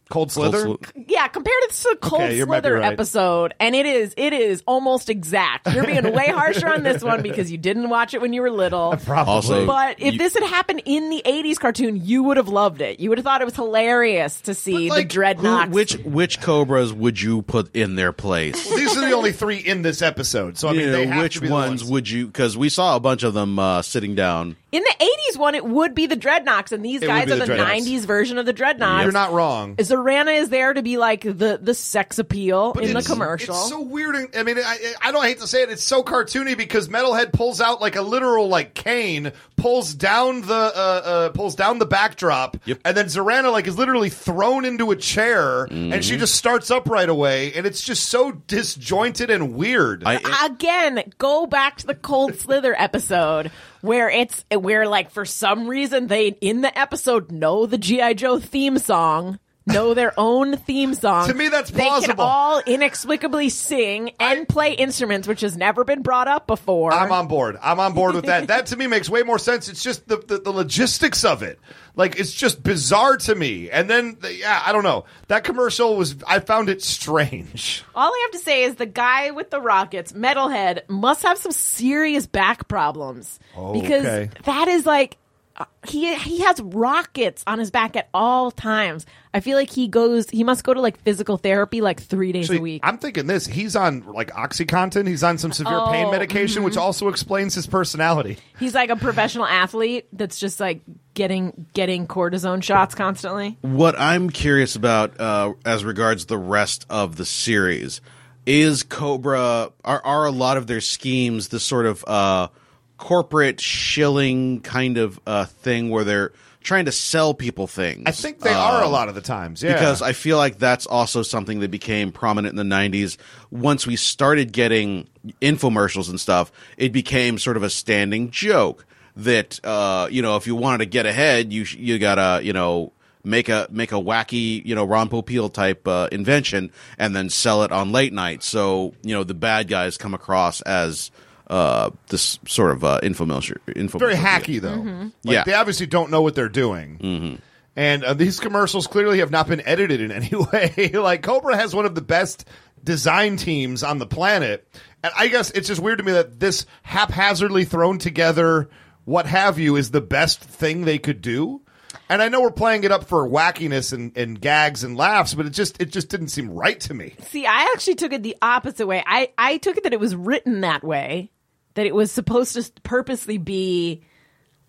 Speaker 4: Cold Slither.
Speaker 6: yeah compare this to the Cold
Speaker 4: Okay, you might be
Speaker 6: Slither
Speaker 4: right.
Speaker 6: episode, and it is it is almost exact. You're being way harsher on this one because you didn't watch it when you were little.
Speaker 4: Uh, Probably.
Speaker 5: Also,
Speaker 6: But if
Speaker 5: you-
Speaker 6: this had happened in the '80s cartoon, you would have loved it. You would have thought it was hilarious to see
Speaker 4: But, like,
Speaker 6: the
Speaker 4: who-
Speaker 6: dreadnoughts.
Speaker 5: which which cobras would you put in their place?
Speaker 4: These are the only three in this episode, so I mean,
Speaker 5: You know,
Speaker 4: they have
Speaker 5: which
Speaker 4: to be the
Speaker 5: ones,
Speaker 4: ones
Speaker 5: would you? Because we saw a bunch of them uh, sitting down.
Speaker 6: in the '80s one, it would be the dreadnoughts, and these
Speaker 4: It would
Speaker 6: guys
Speaker 4: be
Speaker 6: are
Speaker 4: the
Speaker 6: the,
Speaker 4: dreadnoughts.
Speaker 6: '90s version of the dreadnoughts.
Speaker 4: You're not wrong.
Speaker 6: Zorana is there to be like the the sex appeal in the
Speaker 4: it's-
Speaker 6: commercial.
Speaker 4: It's so weird. and- I mean, I, I don't hate to say it. It's so cartoony because Metalhead pulls out like a literal like cane, pulls down the uh, uh, pulls down the backdrop,
Speaker 5: Yep.
Speaker 4: and then Zorana like is literally thrown into a chair, and
Speaker 5: Mm-hmm.
Speaker 4: she just starts up right away, and it's just so disjointed and weird.
Speaker 5: I,
Speaker 6: Again, go back to the Cold Slither episode where it's where like for some reason they in the episode know the GI Joe theme song. Know their own theme song.
Speaker 4: To me, that's
Speaker 6: they can
Speaker 4: plausible.
Speaker 6: all inexplicably sing and play instruments, which has never been brought up before.
Speaker 4: I'm on board. I'm on board with that. That to me makes way more sense. It's just the, the, the logistics of it. Like it's just bizarre to me. And then the, yeah, I don't know. That commercial was I found it strange.
Speaker 6: All I have to say is the guy with the rockets, Metalhead, must have some serious back problems because
Speaker 4: Oh, okay.
Speaker 6: that is like uh, he he has rockets on his back at all times. I feel like he goes he must go to like physical therapy like 3 days a
Speaker 4: Actually,
Speaker 6: week.
Speaker 4: I'm thinking this. He's on like OxyContin. He's on some severe pain
Speaker 6: Oh,
Speaker 4: medication, which also explains his personality.
Speaker 6: He's like a professional athlete that's just like getting getting cortisone shots constantly.
Speaker 5: what I'm curious about, uh, as regards the rest of the series, is Cobra. Are are a lot of their schemes this sort of uh, corporate shilling kind of uh, thing where they're trying to sell people things?
Speaker 4: I think they are a lot of the times. Yeah.
Speaker 5: because I feel like that's also something that became prominent in the 90s. Once we started getting infomercials and stuff, it became sort of a standing joke that uh, you know, if you wanted to get ahead, you sh- you got to, you know, make a make a wacky, you know, Ron Popeil type uh, invention and then sell it on late night. So, you know, the bad guys come across as uh, this sort of uh, infomercial, infomercial
Speaker 4: very
Speaker 5: deal.
Speaker 4: hacky though. Like,
Speaker 5: Yeah.
Speaker 4: They obviously don't know what they're doing. And uh, these commercials clearly have not been edited in any way. like Cobra has one of the best design teams on the planet. And I guess it's just weird to me that this haphazardly thrown together what have you is the best thing they could do. And I know we're playing it up for wackiness and, and gags and laughs, but it just it just didn't seem right to me.
Speaker 6: See, I actually took it the opposite way. I, I took it that it was written that way, that it was supposed to purposely be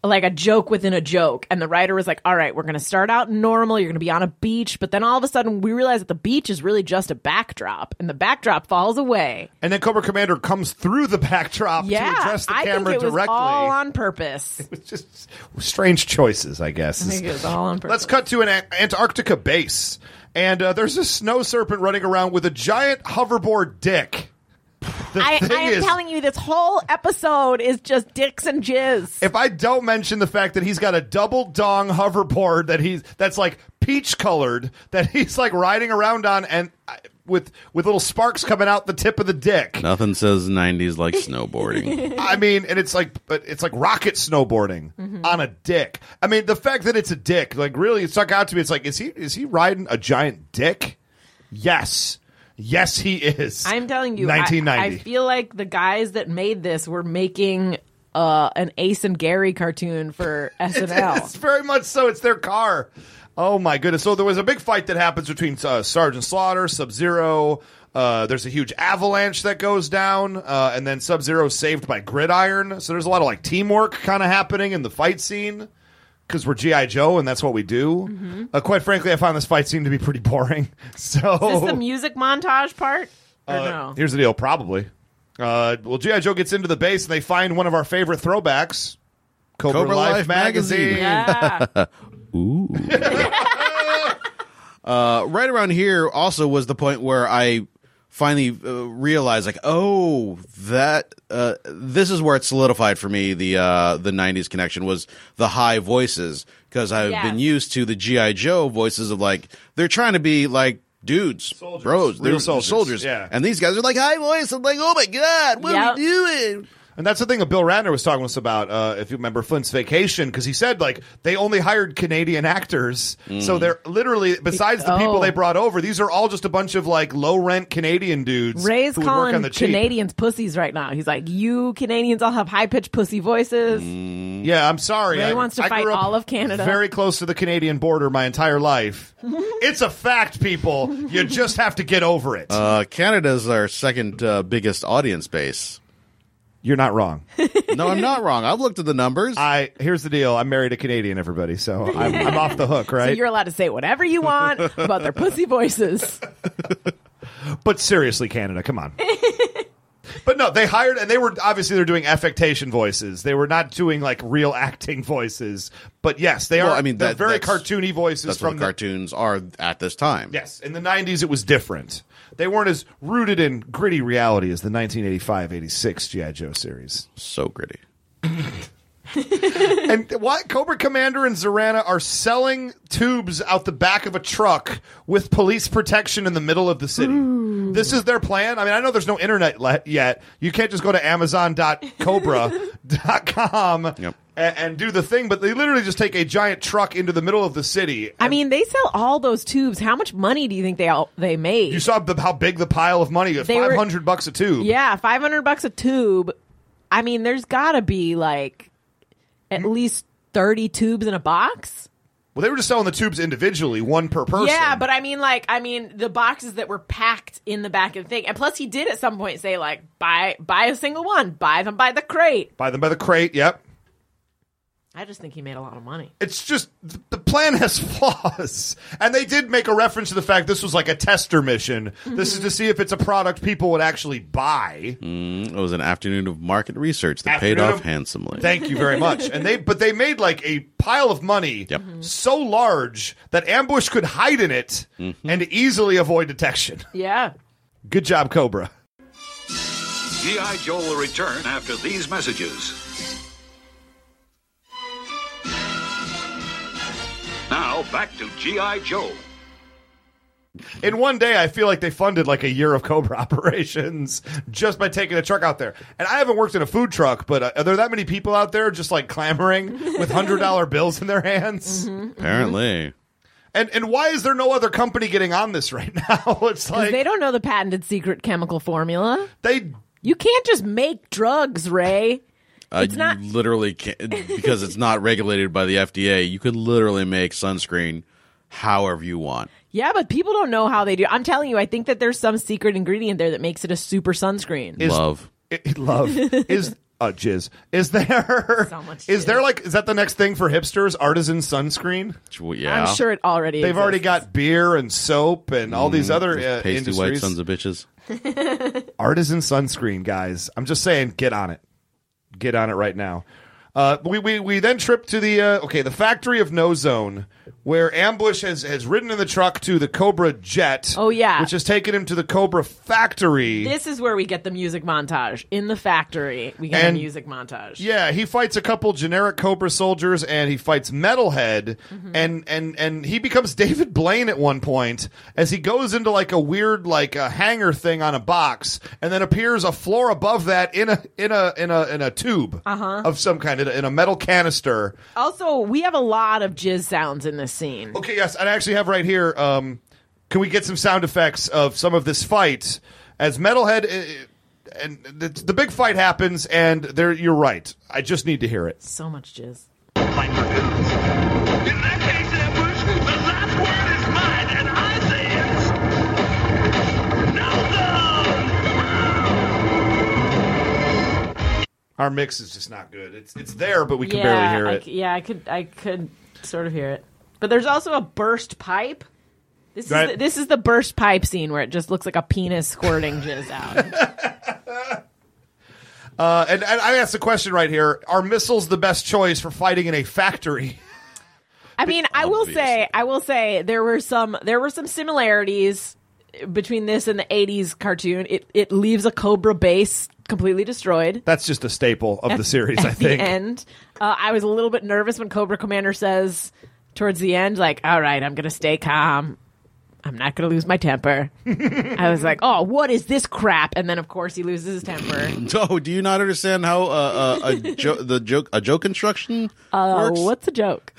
Speaker 6: like a joke within a joke. And the writer was like, all right, we're going to start out normal. You're going to be on a beach. But then all of a sudden, we realize that the beach is really just a backdrop, and the backdrop falls away.
Speaker 4: And then Cobra Commander comes through the backdrop
Speaker 6: Yeah.
Speaker 4: to address the
Speaker 6: I
Speaker 4: camera
Speaker 6: think it was
Speaker 4: directly.
Speaker 6: all on purpose. I
Speaker 4: It's just strange choices, I guess. is-
Speaker 6: think it was all on purpose.
Speaker 4: Let's cut to an Ant- Antarctica base, and uh, there's a snow serpent running around with a giant hoverboard dick. The
Speaker 6: I,
Speaker 4: thing
Speaker 6: I am
Speaker 4: is,
Speaker 6: telling you, this whole episode is just dicks and jizz.
Speaker 4: if I don't mention the fact that he's got a double dong hoverboard that he's that's like peach colored that he's like riding around on and uh, with with little sparks coming out the tip of the dick.
Speaker 5: Nothing says 90s like snowboarding.
Speaker 4: I mean, and it's like but it's like rocket snowboarding
Speaker 6: Mm-hmm.
Speaker 4: on a dick. I mean, the fact that it's a dick, like really, it stuck out to me. It's like, is he is he riding a giant dick? Yes, yes, he is.
Speaker 6: I'm telling you, I- I,
Speaker 4: 1990.
Speaker 6: feel like the guys that made this were making uh, an Ace and Gary cartoon for
Speaker 4: It's
Speaker 6: SNL.
Speaker 4: very much so. It's their car. Oh my goodness! So there was a big fight that happens between uh, Sergeant Slaughter, Sub Zero. Uh, there's a huge avalanche that goes down, uh, and then Sub Zero saved by Gridiron. So there's a lot of like teamwork kind of happening in the fight scene because we're GI Joe and that's what we do. Uh, quite frankly, I found this fight scene to be pretty boring. So
Speaker 6: Is this Oh. the music montage part? Or
Speaker 4: Uh,
Speaker 6: no?
Speaker 4: Here's the deal, probably. Uh, well, G.I. Joe gets into the base and they find one of our favorite throwbacks Cobra,
Speaker 5: Cobra
Speaker 4: Life,
Speaker 5: Life
Speaker 4: Magazine.
Speaker 5: Magazine.
Speaker 6: Yeah.
Speaker 5: right around here also was the point where I finally uh, realized like oh that uh, this is where it solidified for me the uh, the 90s connection was the high voices because I've
Speaker 6: Yes.
Speaker 5: been used to the GI Joe voices of like they're trying to be like dudes
Speaker 4: Soldiers.
Speaker 5: bros
Speaker 4: Real
Speaker 5: they're
Speaker 4: soldiers,
Speaker 5: soldiers,
Speaker 4: yeah.
Speaker 5: and these guys are like high voice I'm like oh my god what
Speaker 6: Yep.
Speaker 5: are we doing
Speaker 4: And that's the thing that Bill Ratner was talking to us about, uh, if you remember Flint's Vacation, because he said like they only hired Canadian actors, so they're literally besides the people
Speaker 6: Mm. Oh.
Speaker 4: they brought over, these are all just a bunch of like low rent Canadian dudes
Speaker 6: Ray's
Speaker 4: who would work on
Speaker 6: calling
Speaker 4: the cheap.
Speaker 6: Canadians pussies right now. He's like, you Canadians all have high pitched pussy voices.
Speaker 4: Mm. Yeah, I'm sorry.
Speaker 6: Ray
Speaker 4: I,
Speaker 6: wants to
Speaker 4: I
Speaker 6: fight
Speaker 4: grew up
Speaker 6: all of Canada.
Speaker 4: very close to the Canadian border my entire life. it's a fact, people. You just have to get over it.
Speaker 5: uh, Canada's our second uh, biggest audience base
Speaker 4: You're not wrong.
Speaker 5: no I'm not wrong I've looked at the numbers
Speaker 4: I here's the deal. I'm married a Canadian, everybody, so I'm, I'm off the hook,
Speaker 6: So
Speaker 4: right?
Speaker 6: you're allowed to say whatever you want about their pussy voices.
Speaker 4: But seriously, Canada, come on. but no, they hired, and they were obviously they're doing affectation voices. They were not doing like real acting voices. But yes, they
Speaker 5: Well,
Speaker 4: are.
Speaker 5: I mean,
Speaker 4: they're
Speaker 5: that-
Speaker 4: very
Speaker 5: that's-
Speaker 4: cartoony voices
Speaker 5: that's what
Speaker 4: from
Speaker 5: the
Speaker 4: the-
Speaker 5: cartoons are at this time
Speaker 4: Yes, in the 90s it was different. They weren't as rooted in gritty reality as the 1985-86 GI Joe series.
Speaker 5: so gritty
Speaker 4: and what Cobra Commander and Zorana are selling tubes out the back of a truck with police protection in the middle of the city. This is their plan. I mean, I know there's no internet le- yet. You can't just go to amazon.cobra.com
Speaker 5: Yep.
Speaker 4: a- and do the thing, but they literally just take a giant truck into the middle of the city.
Speaker 6: I mean, they sell all those tubes. How much money do you think they all they made?
Speaker 4: You saw the, how big the pile of money is.
Speaker 6: They were-
Speaker 4: 500 bucks a tube.
Speaker 6: yeah, five hundred bucks a tube. I mean, there's got to be like at
Speaker 4: Mm.
Speaker 6: least thirty tubes in a box.
Speaker 4: Well, they were just selling the tubes individually, one per person.
Speaker 6: Yeah, but I mean, like, I mean, the boxes that were packed in the back of the thing, and plus, he did at some point say, like, buy buy a single one, buy them by the crate.
Speaker 4: buy them by the crate. Yep.
Speaker 6: I just think he made a lot of money.
Speaker 4: it's just th- the plan has flaws and they did make a reference to the fact this was like a tester mission this is to see if it's a product people would actually buy
Speaker 5: Mm, It was an afternoon of market research that paid
Speaker 4: Afternoon
Speaker 5: off
Speaker 4: of-
Speaker 5: handsomely.
Speaker 4: thank you very much and they but they made like a pile of money
Speaker 5: Yep. Mhm.
Speaker 4: so large that ambush could hide in it and easily avoid detection
Speaker 6: Yeah.
Speaker 4: good job cobra
Speaker 10: G.I. Joe will return after these messages. Now, back to G.I. Joe.
Speaker 4: in one day i feel like they funded like a year of cobra operations just by taking a truck out there and i haven't worked in a food truck but uh, are there that many people out there just like clamoring with hundred dollar bills in their hands
Speaker 6: Mm-hmm.
Speaker 5: Apparently,
Speaker 4: Mm-hmm. And and why is there no other company getting on this right now? It's
Speaker 6: 'Cause
Speaker 4: like
Speaker 6: they
Speaker 4: they,
Speaker 6: don't know the patented secret chemical formula. You can't just make drugs, Ray.
Speaker 5: uh,
Speaker 6: It's
Speaker 5: you
Speaker 6: not-
Speaker 5: literally can't because it's not regulated by the FDA. You could literally make sunscreen however you want.
Speaker 6: Yeah, but people don't know how they do. I'm telling you, I think that there's some secret ingredient there that makes it a super sunscreen.
Speaker 4: Is-
Speaker 5: Love.
Speaker 4: I- I love is uh, jizz. Is there
Speaker 6: So much
Speaker 4: is there
Speaker 6: jizz.
Speaker 4: like is that the next thing for hipsters? Artisan sunscreen.
Speaker 5: Well, Yeah,
Speaker 6: I'm sure it already
Speaker 4: They've already
Speaker 6: exists.
Speaker 4: got beer and soap and all these other uh,
Speaker 5: Mm, pasty white
Speaker 4: industries.
Speaker 5: sons of bitches.
Speaker 4: Artisan sunscreen, guys. I'm just saying, get on it. Get on it right now. Uh, we, we we then trip to the uh, okay the factory of No Zone, where Ambush has has ridden in the truck to the Cobra jet.
Speaker 6: Oh, yeah.
Speaker 4: which has taken him to the Cobra factory.
Speaker 6: This is where we get the music montage. In the factory, we get
Speaker 4: And-
Speaker 6: a music montage.
Speaker 4: Yeah, he fights a couple generic Cobra soldiers, and he fights Metalhead, and and and he becomes David Blaine at one point as he goes into like a weird like a hanger thing on a box, and then appears a floor above that in a in a in a in a tube of some kind in a, in a metal canister.
Speaker 6: Also, we have a lot of jizz sounds in this scene.
Speaker 4: Okay, yes, and I actually have right here. Um, can we get some sound effects of some of this fight as Metalhead? Uh, and the, the big fight happens, and there you're right. I just need to hear it.
Speaker 6: So much jizz.
Speaker 10: In that case, Ambush, the last word is mine, and I say it's.
Speaker 4: Our mix is just not good. It's it's there, but we can
Speaker 6: yeah,
Speaker 4: barely hear
Speaker 6: I
Speaker 4: it.
Speaker 6: c- yeah, I could, I could sort of hear it. But there's also a burst pipe. This
Speaker 4: Right.
Speaker 6: is the, this is the burst pipe scene where it just looks like a penis squirting jizz out.
Speaker 4: Uh, and, and I asked the question right here: Are missiles the best choice for fighting in a factory?
Speaker 6: I mean, I will say, I will say there were some there were some similarities between this and the '80s cartoon, it it leaves a Cobra base completely destroyed.
Speaker 4: That's just a staple of
Speaker 6: at-
Speaker 4: the series,
Speaker 6: at
Speaker 4: I think.
Speaker 6: The end. Uh, I was a little bit nervous when Cobra Commander says towards the end, like, "All right, I'm gonna stay calm. I'm not gonna lose my temper." I was like, "Oh, what is this crap?" And then, of course, he loses his temper.
Speaker 5: No, do you not understand how uh, uh, a jo- the joke a joke construction
Speaker 6: Uh,
Speaker 5: works?
Speaker 6: what's a joke?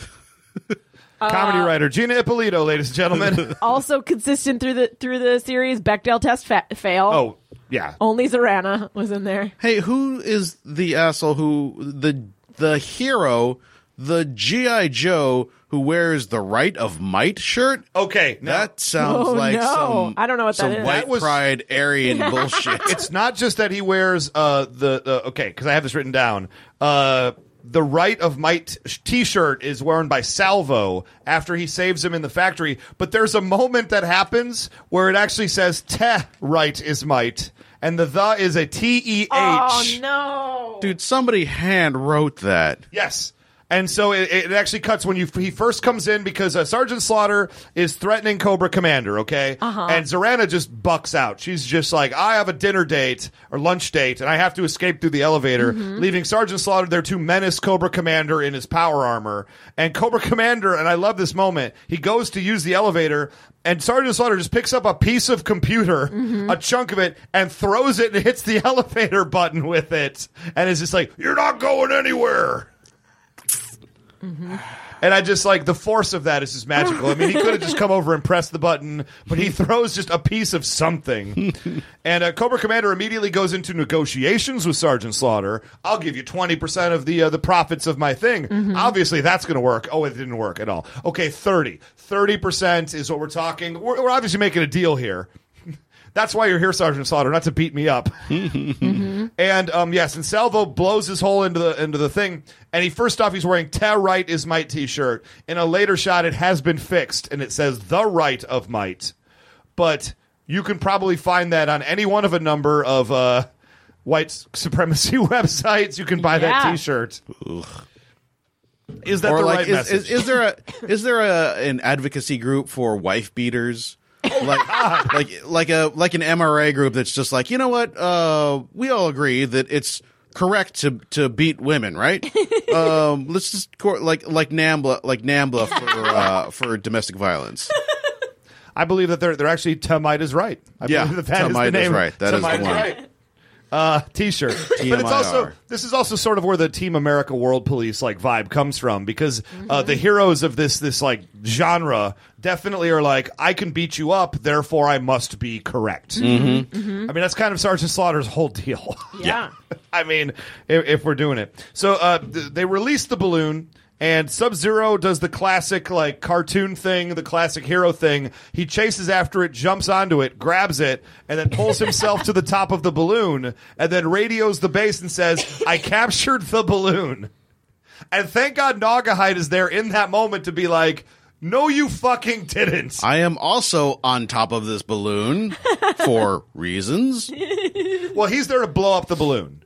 Speaker 6: Uh,
Speaker 4: Comedy writer Gina Ippolito, ladies and gentlemen.
Speaker 6: Also consistent through the through the series, Bechdel test fa- fail.
Speaker 4: oh, yeah.
Speaker 6: Only Zorana was in there.
Speaker 5: Hey, who is the asshole who the the hero, the GI Joe who wears the right of might shirt?
Speaker 4: Okay, now,
Speaker 5: That sounds
Speaker 6: Oh,
Speaker 5: like
Speaker 6: no.
Speaker 5: some
Speaker 6: I don't know what that
Speaker 5: some
Speaker 6: is.
Speaker 5: white
Speaker 4: That was-
Speaker 5: pride Aryan bullshit.
Speaker 4: it's not just that he wears uh, the, the okay because I have this written down. Uh, the right of might T-shirt is worn by Salvo after he saves him in the factory, but there's a moment that happens where it actually says "te right is might," and the "the" is a T E H.
Speaker 6: Oh no!
Speaker 5: Dude, somebody hand wrote that.
Speaker 4: Yes. And so it, it actually cuts when you he first comes in because uh, Sergeant Slaughter is threatening Cobra Commander, okay? Uh-huh. And Zorana just bucks out. She's just like, I have a dinner date or lunch date, and I have to escape through the elevator, leaving Sergeant Slaughter there to menace Cobra Commander in his power armor. And Cobra Commander, and I love this moment, he goes to use the elevator, and Sergeant Slaughter just picks up a piece of computer, a chunk of it, and throws it and hits the elevator button with it, and is just like, You're not going anywhere. And I just like the force of that is just magical. I mean, he could have just come over and pressed the button, but he throws just a piece of something. and uh, Cobra Commander immediately goes into negotiations with Sergeant Slaughter. I'll give you twenty percent of the uh, the profits of my thing. Obviously, that's going to work. Oh, it didn't work at all. Okay, 30 30 percent is what we're talking. We're, we're obviously making a deal here. That's why you're here, Sergeant Slaughter, not to beat me up.
Speaker 5: Mm-hmm.
Speaker 4: And um, yes, and Salvo blows his hole into the into the thing. And he first off, he's wearing "Te Right is Might" T-shirt. In a later shot, it has been fixed, and it says "The Right of Might." But you can probably find that on any one of a number of uh, white s- supremacy websites. You can buy that
Speaker 6: Yeah.
Speaker 4: T-shirt. Is that
Speaker 5: Or
Speaker 4: the
Speaker 5: like
Speaker 4: right
Speaker 5: is,
Speaker 4: message?
Speaker 5: is, is there a is there a an advocacy group for wife beaters? Like like like a like an MRA group that's just like, you know what? Uh we all agree that it's correct to to beat women, right? um let's just cor- like like NAMBLA like NAMBLA for uh for domestic violence.
Speaker 4: I believe that they're they're actually Tamite is right. I
Speaker 5: Yeah,
Speaker 4: believe that that is
Speaker 5: Tamite
Speaker 4: the
Speaker 5: is
Speaker 4: name.
Speaker 5: right. That is the
Speaker 4: Tamite
Speaker 5: one.
Speaker 4: right. Uh, t-shirt, but it's also
Speaker 5: TMIR.
Speaker 4: this is also sort of where the Team America World Police like vibe comes from because uh,
Speaker 5: Mm-hmm.
Speaker 4: the heroes of this this like genre definitely are like I can beat you up, therefore I must be correct.
Speaker 5: Mm-hmm.
Speaker 4: I mean that's kind of Sergeant Slaughter's whole deal.
Speaker 6: yeah.
Speaker 4: I mean, if, if we're doing it. So uh, th- they release the balloon, and Sub Zero does the classic like cartoon thing, the classic hero thing. He chases after it, jumps onto it, grabs it, and then pulls himself to the top of the balloon, and then radios the base and says, "I captured the balloon." And thank God Naugahyde is there in that moment to be like, "No, you fucking didn't."
Speaker 5: I am also on top of this balloon for reasons.
Speaker 4: Well, he's there to blow up the balloon.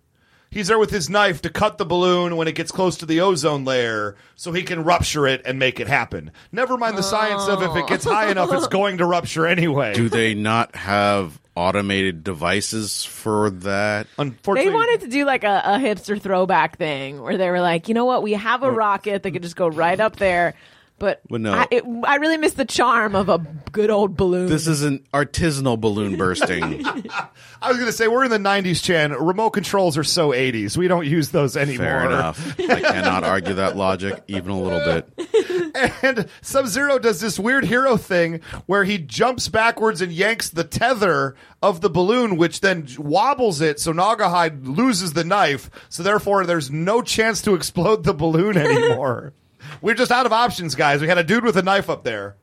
Speaker 4: He's there with his knife to cut the balloon when it gets close to the ozone layer so he can rupture it and make it happen. Never mind the science of if it gets
Speaker 6: Oh.
Speaker 4: high enough, it's going to rupture anyway.
Speaker 5: Do they not have automated devices for that?
Speaker 6: They
Speaker 4: Unfortunately,
Speaker 6: wanted to do like a, a hipster throwback thing where they were like, you know what, we have a rocket that could just go right up there. But
Speaker 5: Well, no.
Speaker 6: I, it, I really miss the charm of a good old balloon.
Speaker 5: This is an artisanal balloon bursting.
Speaker 4: I was going to say, we're in the 90s, Chan. Remote controls are so 80s. We don't use those anymore.
Speaker 5: Fair enough. I cannot argue that logic even a little bit.
Speaker 4: And Sub Zero does this weird hero thing where he jumps backwards and yanks the tether of the balloon, which then wobbles it. So Nagahide loses the knife. So therefore, there's no chance to explode the balloon anymore. We're just out of options, guys. We had a dude with a knife up there.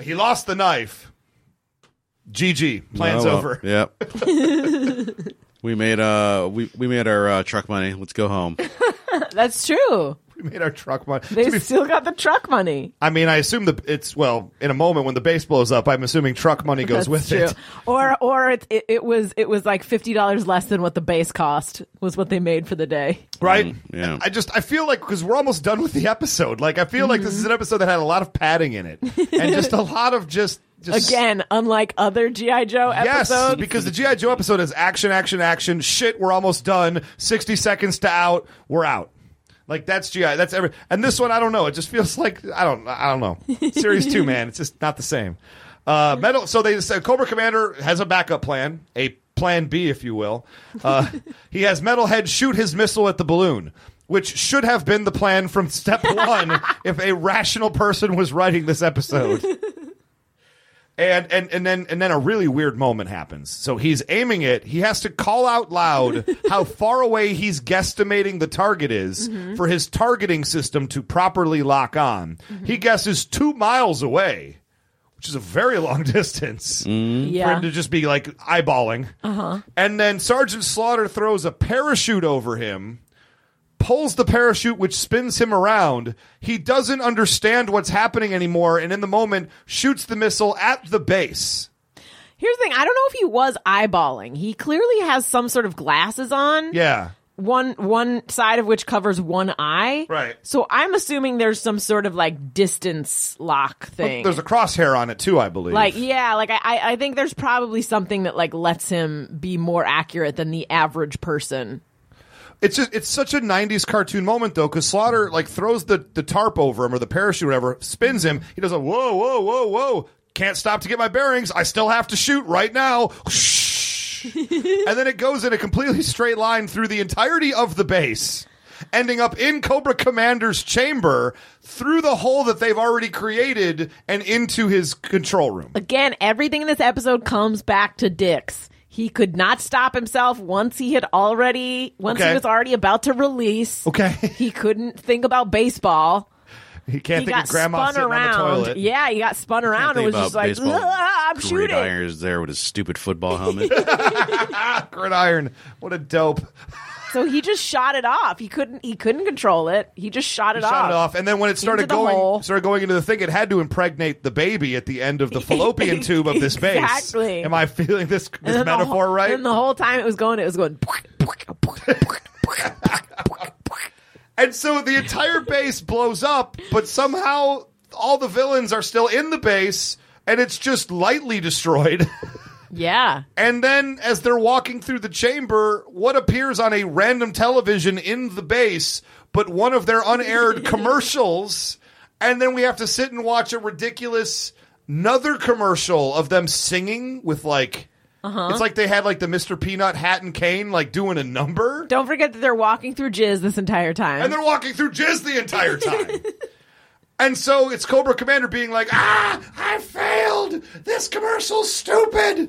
Speaker 4: He lost the knife. GG. Plan's
Speaker 5: Oh, well.
Speaker 4: over.
Speaker 5: Yep. We made uh we, we made our uh, truck money. Let's go home.
Speaker 6: That's true.
Speaker 4: We made our truck money.
Speaker 6: They
Speaker 4: To be-
Speaker 6: still got the truck money.
Speaker 4: I mean, I assume the it's well in a moment when the base blows up. I'm assuming truck money goes
Speaker 6: That's
Speaker 4: with
Speaker 6: true.
Speaker 4: it.
Speaker 6: Or or it, it, it was it was like fifty dollars less than what the base cost was what they made for the day.
Speaker 4: right?
Speaker 5: yeah.
Speaker 4: I just I feel like because we're almost done with the episode. Like I feel like this is an episode that had a lot of padding in it and just a lot of just Just-
Speaker 6: Again, unlike other GI Joe
Speaker 4: Yes,
Speaker 6: episodes,
Speaker 4: because the GI Joe episode is action, action, action. Shit, we're almost done. Sixty seconds to out. We're out. Like that's GI. That's every. And this one, I don't know. It just feels like I don't. I don't know. Series two, man. It's just not the same. Uh, metal. So they said Cobra Commander has a backup plan, a plan B, if you will. Uh, he has Metalhead shoot his missile at the balloon. Which should have been the plan from step one if a rational person was writing this episode and and and then and then a really weird moment happens. So he's aiming it. He has to call out loud how far away he's guesstimating the target is for his targeting system to properly lock on. He guesses two miles away, which is a very long distance for
Speaker 6: yeah,
Speaker 4: him to just be like eyeballing. And then Sergeant Slaughter throws a parachute over him, pulls the parachute, which spins him around. He doesn't understand what's happening anymore, and in the moment, shoots the missile at the base.
Speaker 6: Here's the thing: I don't know if he was eyeballing. He clearly has some sort of glasses on.
Speaker 4: Yeah.
Speaker 6: One one side of which covers one eye.
Speaker 4: Right.
Speaker 6: So I'm assuming there's some sort of like distance lock thing.
Speaker 4: Oh, There's a crosshair on it too, I believe.
Speaker 6: like yeah, like I- I I think there's probably something that like lets him be more accurate than the average person.
Speaker 4: It's just it's such a '90s cartoon moment though, because Slaughter like throws the the tarp over him or the parachute, or whatever, spins him. He does a whoa, whoa, whoa, whoa. Can't stop to get my bearings. I still have to shoot right now. and then it goes in a completely straight line through the entirety of the base, ending up in Cobra Commander's chamber through the hole that they've already created and into his control room.
Speaker 6: Again, everything in this episode comes back to Dix. He could not stop himself once he had already once
Speaker 4: Okay.
Speaker 6: he was already about to release.
Speaker 4: Okay.
Speaker 6: He couldn't think about baseball.
Speaker 4: He can't
Speaker 6: he
Speaker 4: think
Speaker 6: got
Speaker 4: of grandma
Speaker 6: spun
Speaker 4: sitting on
Speaker 6: around.
Speaker 4: the toilet.
Speaker 6: Yeah, he got spun around and
Speaker 5: Think
Speaker 6: was
Speaker 5: about
Speaker 6: just like,
Speaker 5: baseball
Speaker 6: "Ah, I'm shooting.
Speaker 5: Gridiron is there with his stupid football helmet.
Speaker 4: Gridiron. What a dope.
Speaker 6: So he just shot it off. He couldn't. He couldn't control it. He just shot it
Speaker 4: He
Speaker 6: off.
Speaker 4: shot it off, and then when it started
Speaker 6: Into the
Speaker 4: going,
Speaker 6: hole.
Speaker 4: started going into the thing, it had to impregnate the baby at the end of the fallopian tube of this base.
Speaker 6: Exactly.
Speaker 4: Am I feeling this,
Speaker 6: And
Speaker 4: this
Speaker 6: then the
Speaker 4: metaphor
Speaker 6: whole-
Speaker 4: right?
Speaker 6: And the whole time it was going, it was going.
Speaker 4: and so the entire base blows up, but somehow all the villains are still in the base, and it's just lightly destroyed.
Speaker 6: yeah,
Speaker 4: And then, as they're walking through the chamber, what appears on a random television in the base, but one of their unaired commercials. And then we have to sit and watch a ridiculous another commercial of them singing with like. It's like they had like the Mr. Peanut hat and cane, like doing a number.
Speaker 6: don't forget that they're walking through jizz this entire time.
Speaker 4: And they're walking through jizz the entire time. and so it's Cobra Commander being like, ah, I failed. This commercial's stupid.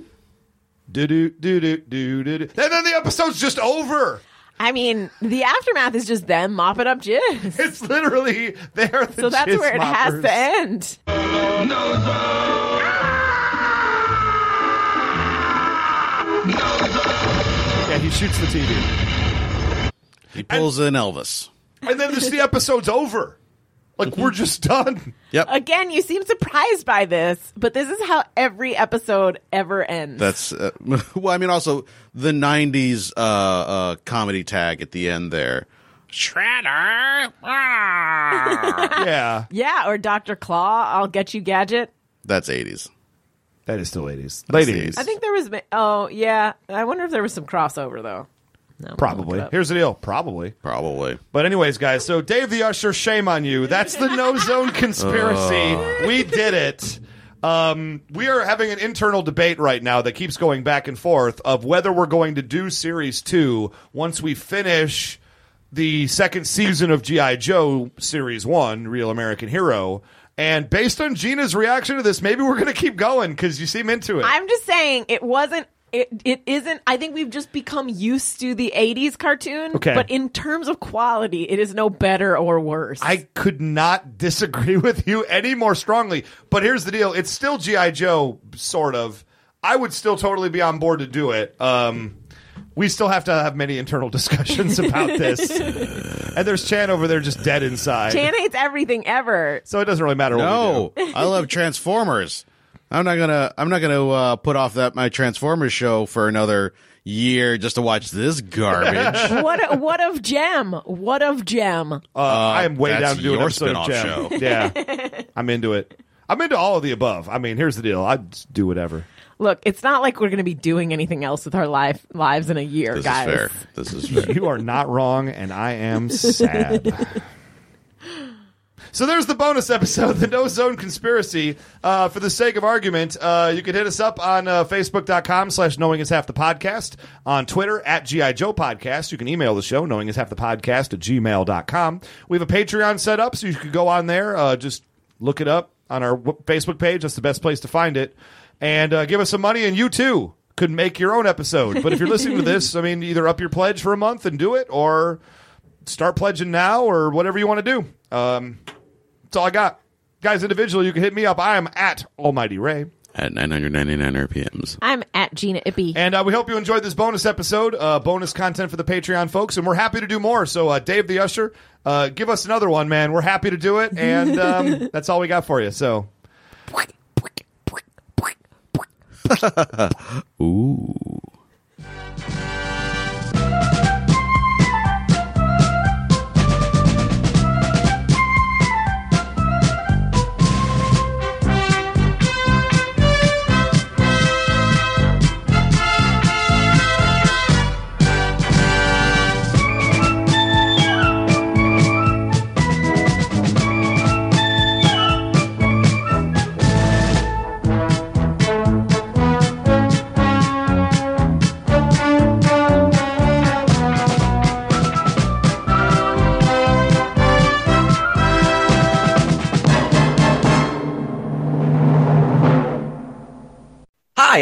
Speaker 4: Do do do do do do. And then the episode's just over.
Speaker 6: I mean, the aftermath is just them mopping up jizz.
Speaker 4: It's literally they're the
Speaker 6: So that's
Speaker 4: jizz
Speaker 6: where it has
Speaker 4: moppers.
Speaker 6: to end.
Speaker 4: Yeah, he shoots the TV,
Speaker 5: he pulls in Elvis.
Speaker 4: and then just the episode's over. Like we're just done.
Speaker 5: Yep.
Speaker 6: Again, you seem surprised by this, but this is how every episode ever ends.
Speaker 5: That's uh, well. I mean, also the '90s uh, uh, comedy tag at the end there. Shredder.
Speaker 10: Ah.
Speaker 4: Yeah,
Speaker 6: yeah, or Dr. Claw, I'll get you gadget.
Speaker 5: That's '80s.
Speaker 4: that is still eighties.
Speaker 5: Ladies.
Speaker 6: I think there was. ma- Oh yeah, I wonder if there was some crossover though. No, I'm gonna
Speaker 4: probably.
Speaker 6: look it up.
Speaker 4: Here's the deal. Probably.
Speaker 5: Probably.
Speaker 4: But anyways, guys, so Dave the Usher, shame on you. That's the no zone conspiracy. We did it. Um, we are having an internal debate right now that keeps going back and forth of whether we're going to do series two once we finish the second season of G.I. Joe series one, Real American Hero. And based on Gina's reaction to this, maybe we're going to keep going because you seem into it.
Speaker 6: I'm just saying it wasn't. It, it isn't. I think we've just become used to the '80s cartoon.
Speaker 4: Okay.
Speaker 6: But in terms of quality, it is no better or worse.
Speaker 4: I could not disagree with you any more strongly. But here's the deal: it's still GI Joe, sort of. I would still totally be on board to do it. Um, we still have to have many internal discussions about this, and there's Chan over there just dead inside.
Speaker 6: Chan hates everything ever.
Speaker 4: so it doesn't really matter.
Speaker 5: No,
Speaker 4: what we do.
Speaker 5: I love Transformers. I'm not gonna. I'm not gonna uh, put off that my Transformers show for another year just to watch this garbage.
Speaker 6: What what of Gem? What of Gem?
Speaker 4: Uh, I am way
Speaker 5: that's
Speaker 4: down to do an
Speaker 5: your
Speaker 4: episode of Gem.
Speaker 5: spin-off show.
Speaker 4: Yeah, I'm into it. I'm into all of the above. I mean, here's the deal. I'd just do whatever.
Speaker 6: Look, it's not like we're going to be doing anything else with our life lives in a year,
Speaker 5: This
Speaker 6: guys.
Speaker 5: is fair. This is fair.
Speaker 4: you are not wrong, and I am sad. So there's the bonus episode, the No Zone Conspiracy. Uh, for the sake of argument, uh, you can hit us up on uh, Facebook.com slash Knowing Is Half the Podcast, on Twitter at G.I. Joe Podcast. You can email the show, Knowing Is Half the Podcast at gmail.com. We have a Patreon set up, so you could go on there, uh, just look it up on our w- Facebook page. That's the best place to find it. And uh, give us some money, and you too could make your own episode. But if you're listening to this, I mean, either up your pledge for a month and do it, or start pledging now, or whatever you want to do. Um, that's all I got. Guys, individually, you can hit me up. I am at Almighty Ray.
Speaker 5: At 999 RPMs.
Speaker 6: I'm at Gina Ippy.
Speaker 4: And uh, we hope you enjoyed this bonus episode, uh, bonus content for the Patreon folks, and we're happy to do more. So, uh, Dave the Usher, uh, give us another one, man. We're happy to do it, and um, that's all we got for you. So,
Speaker 11: Hi,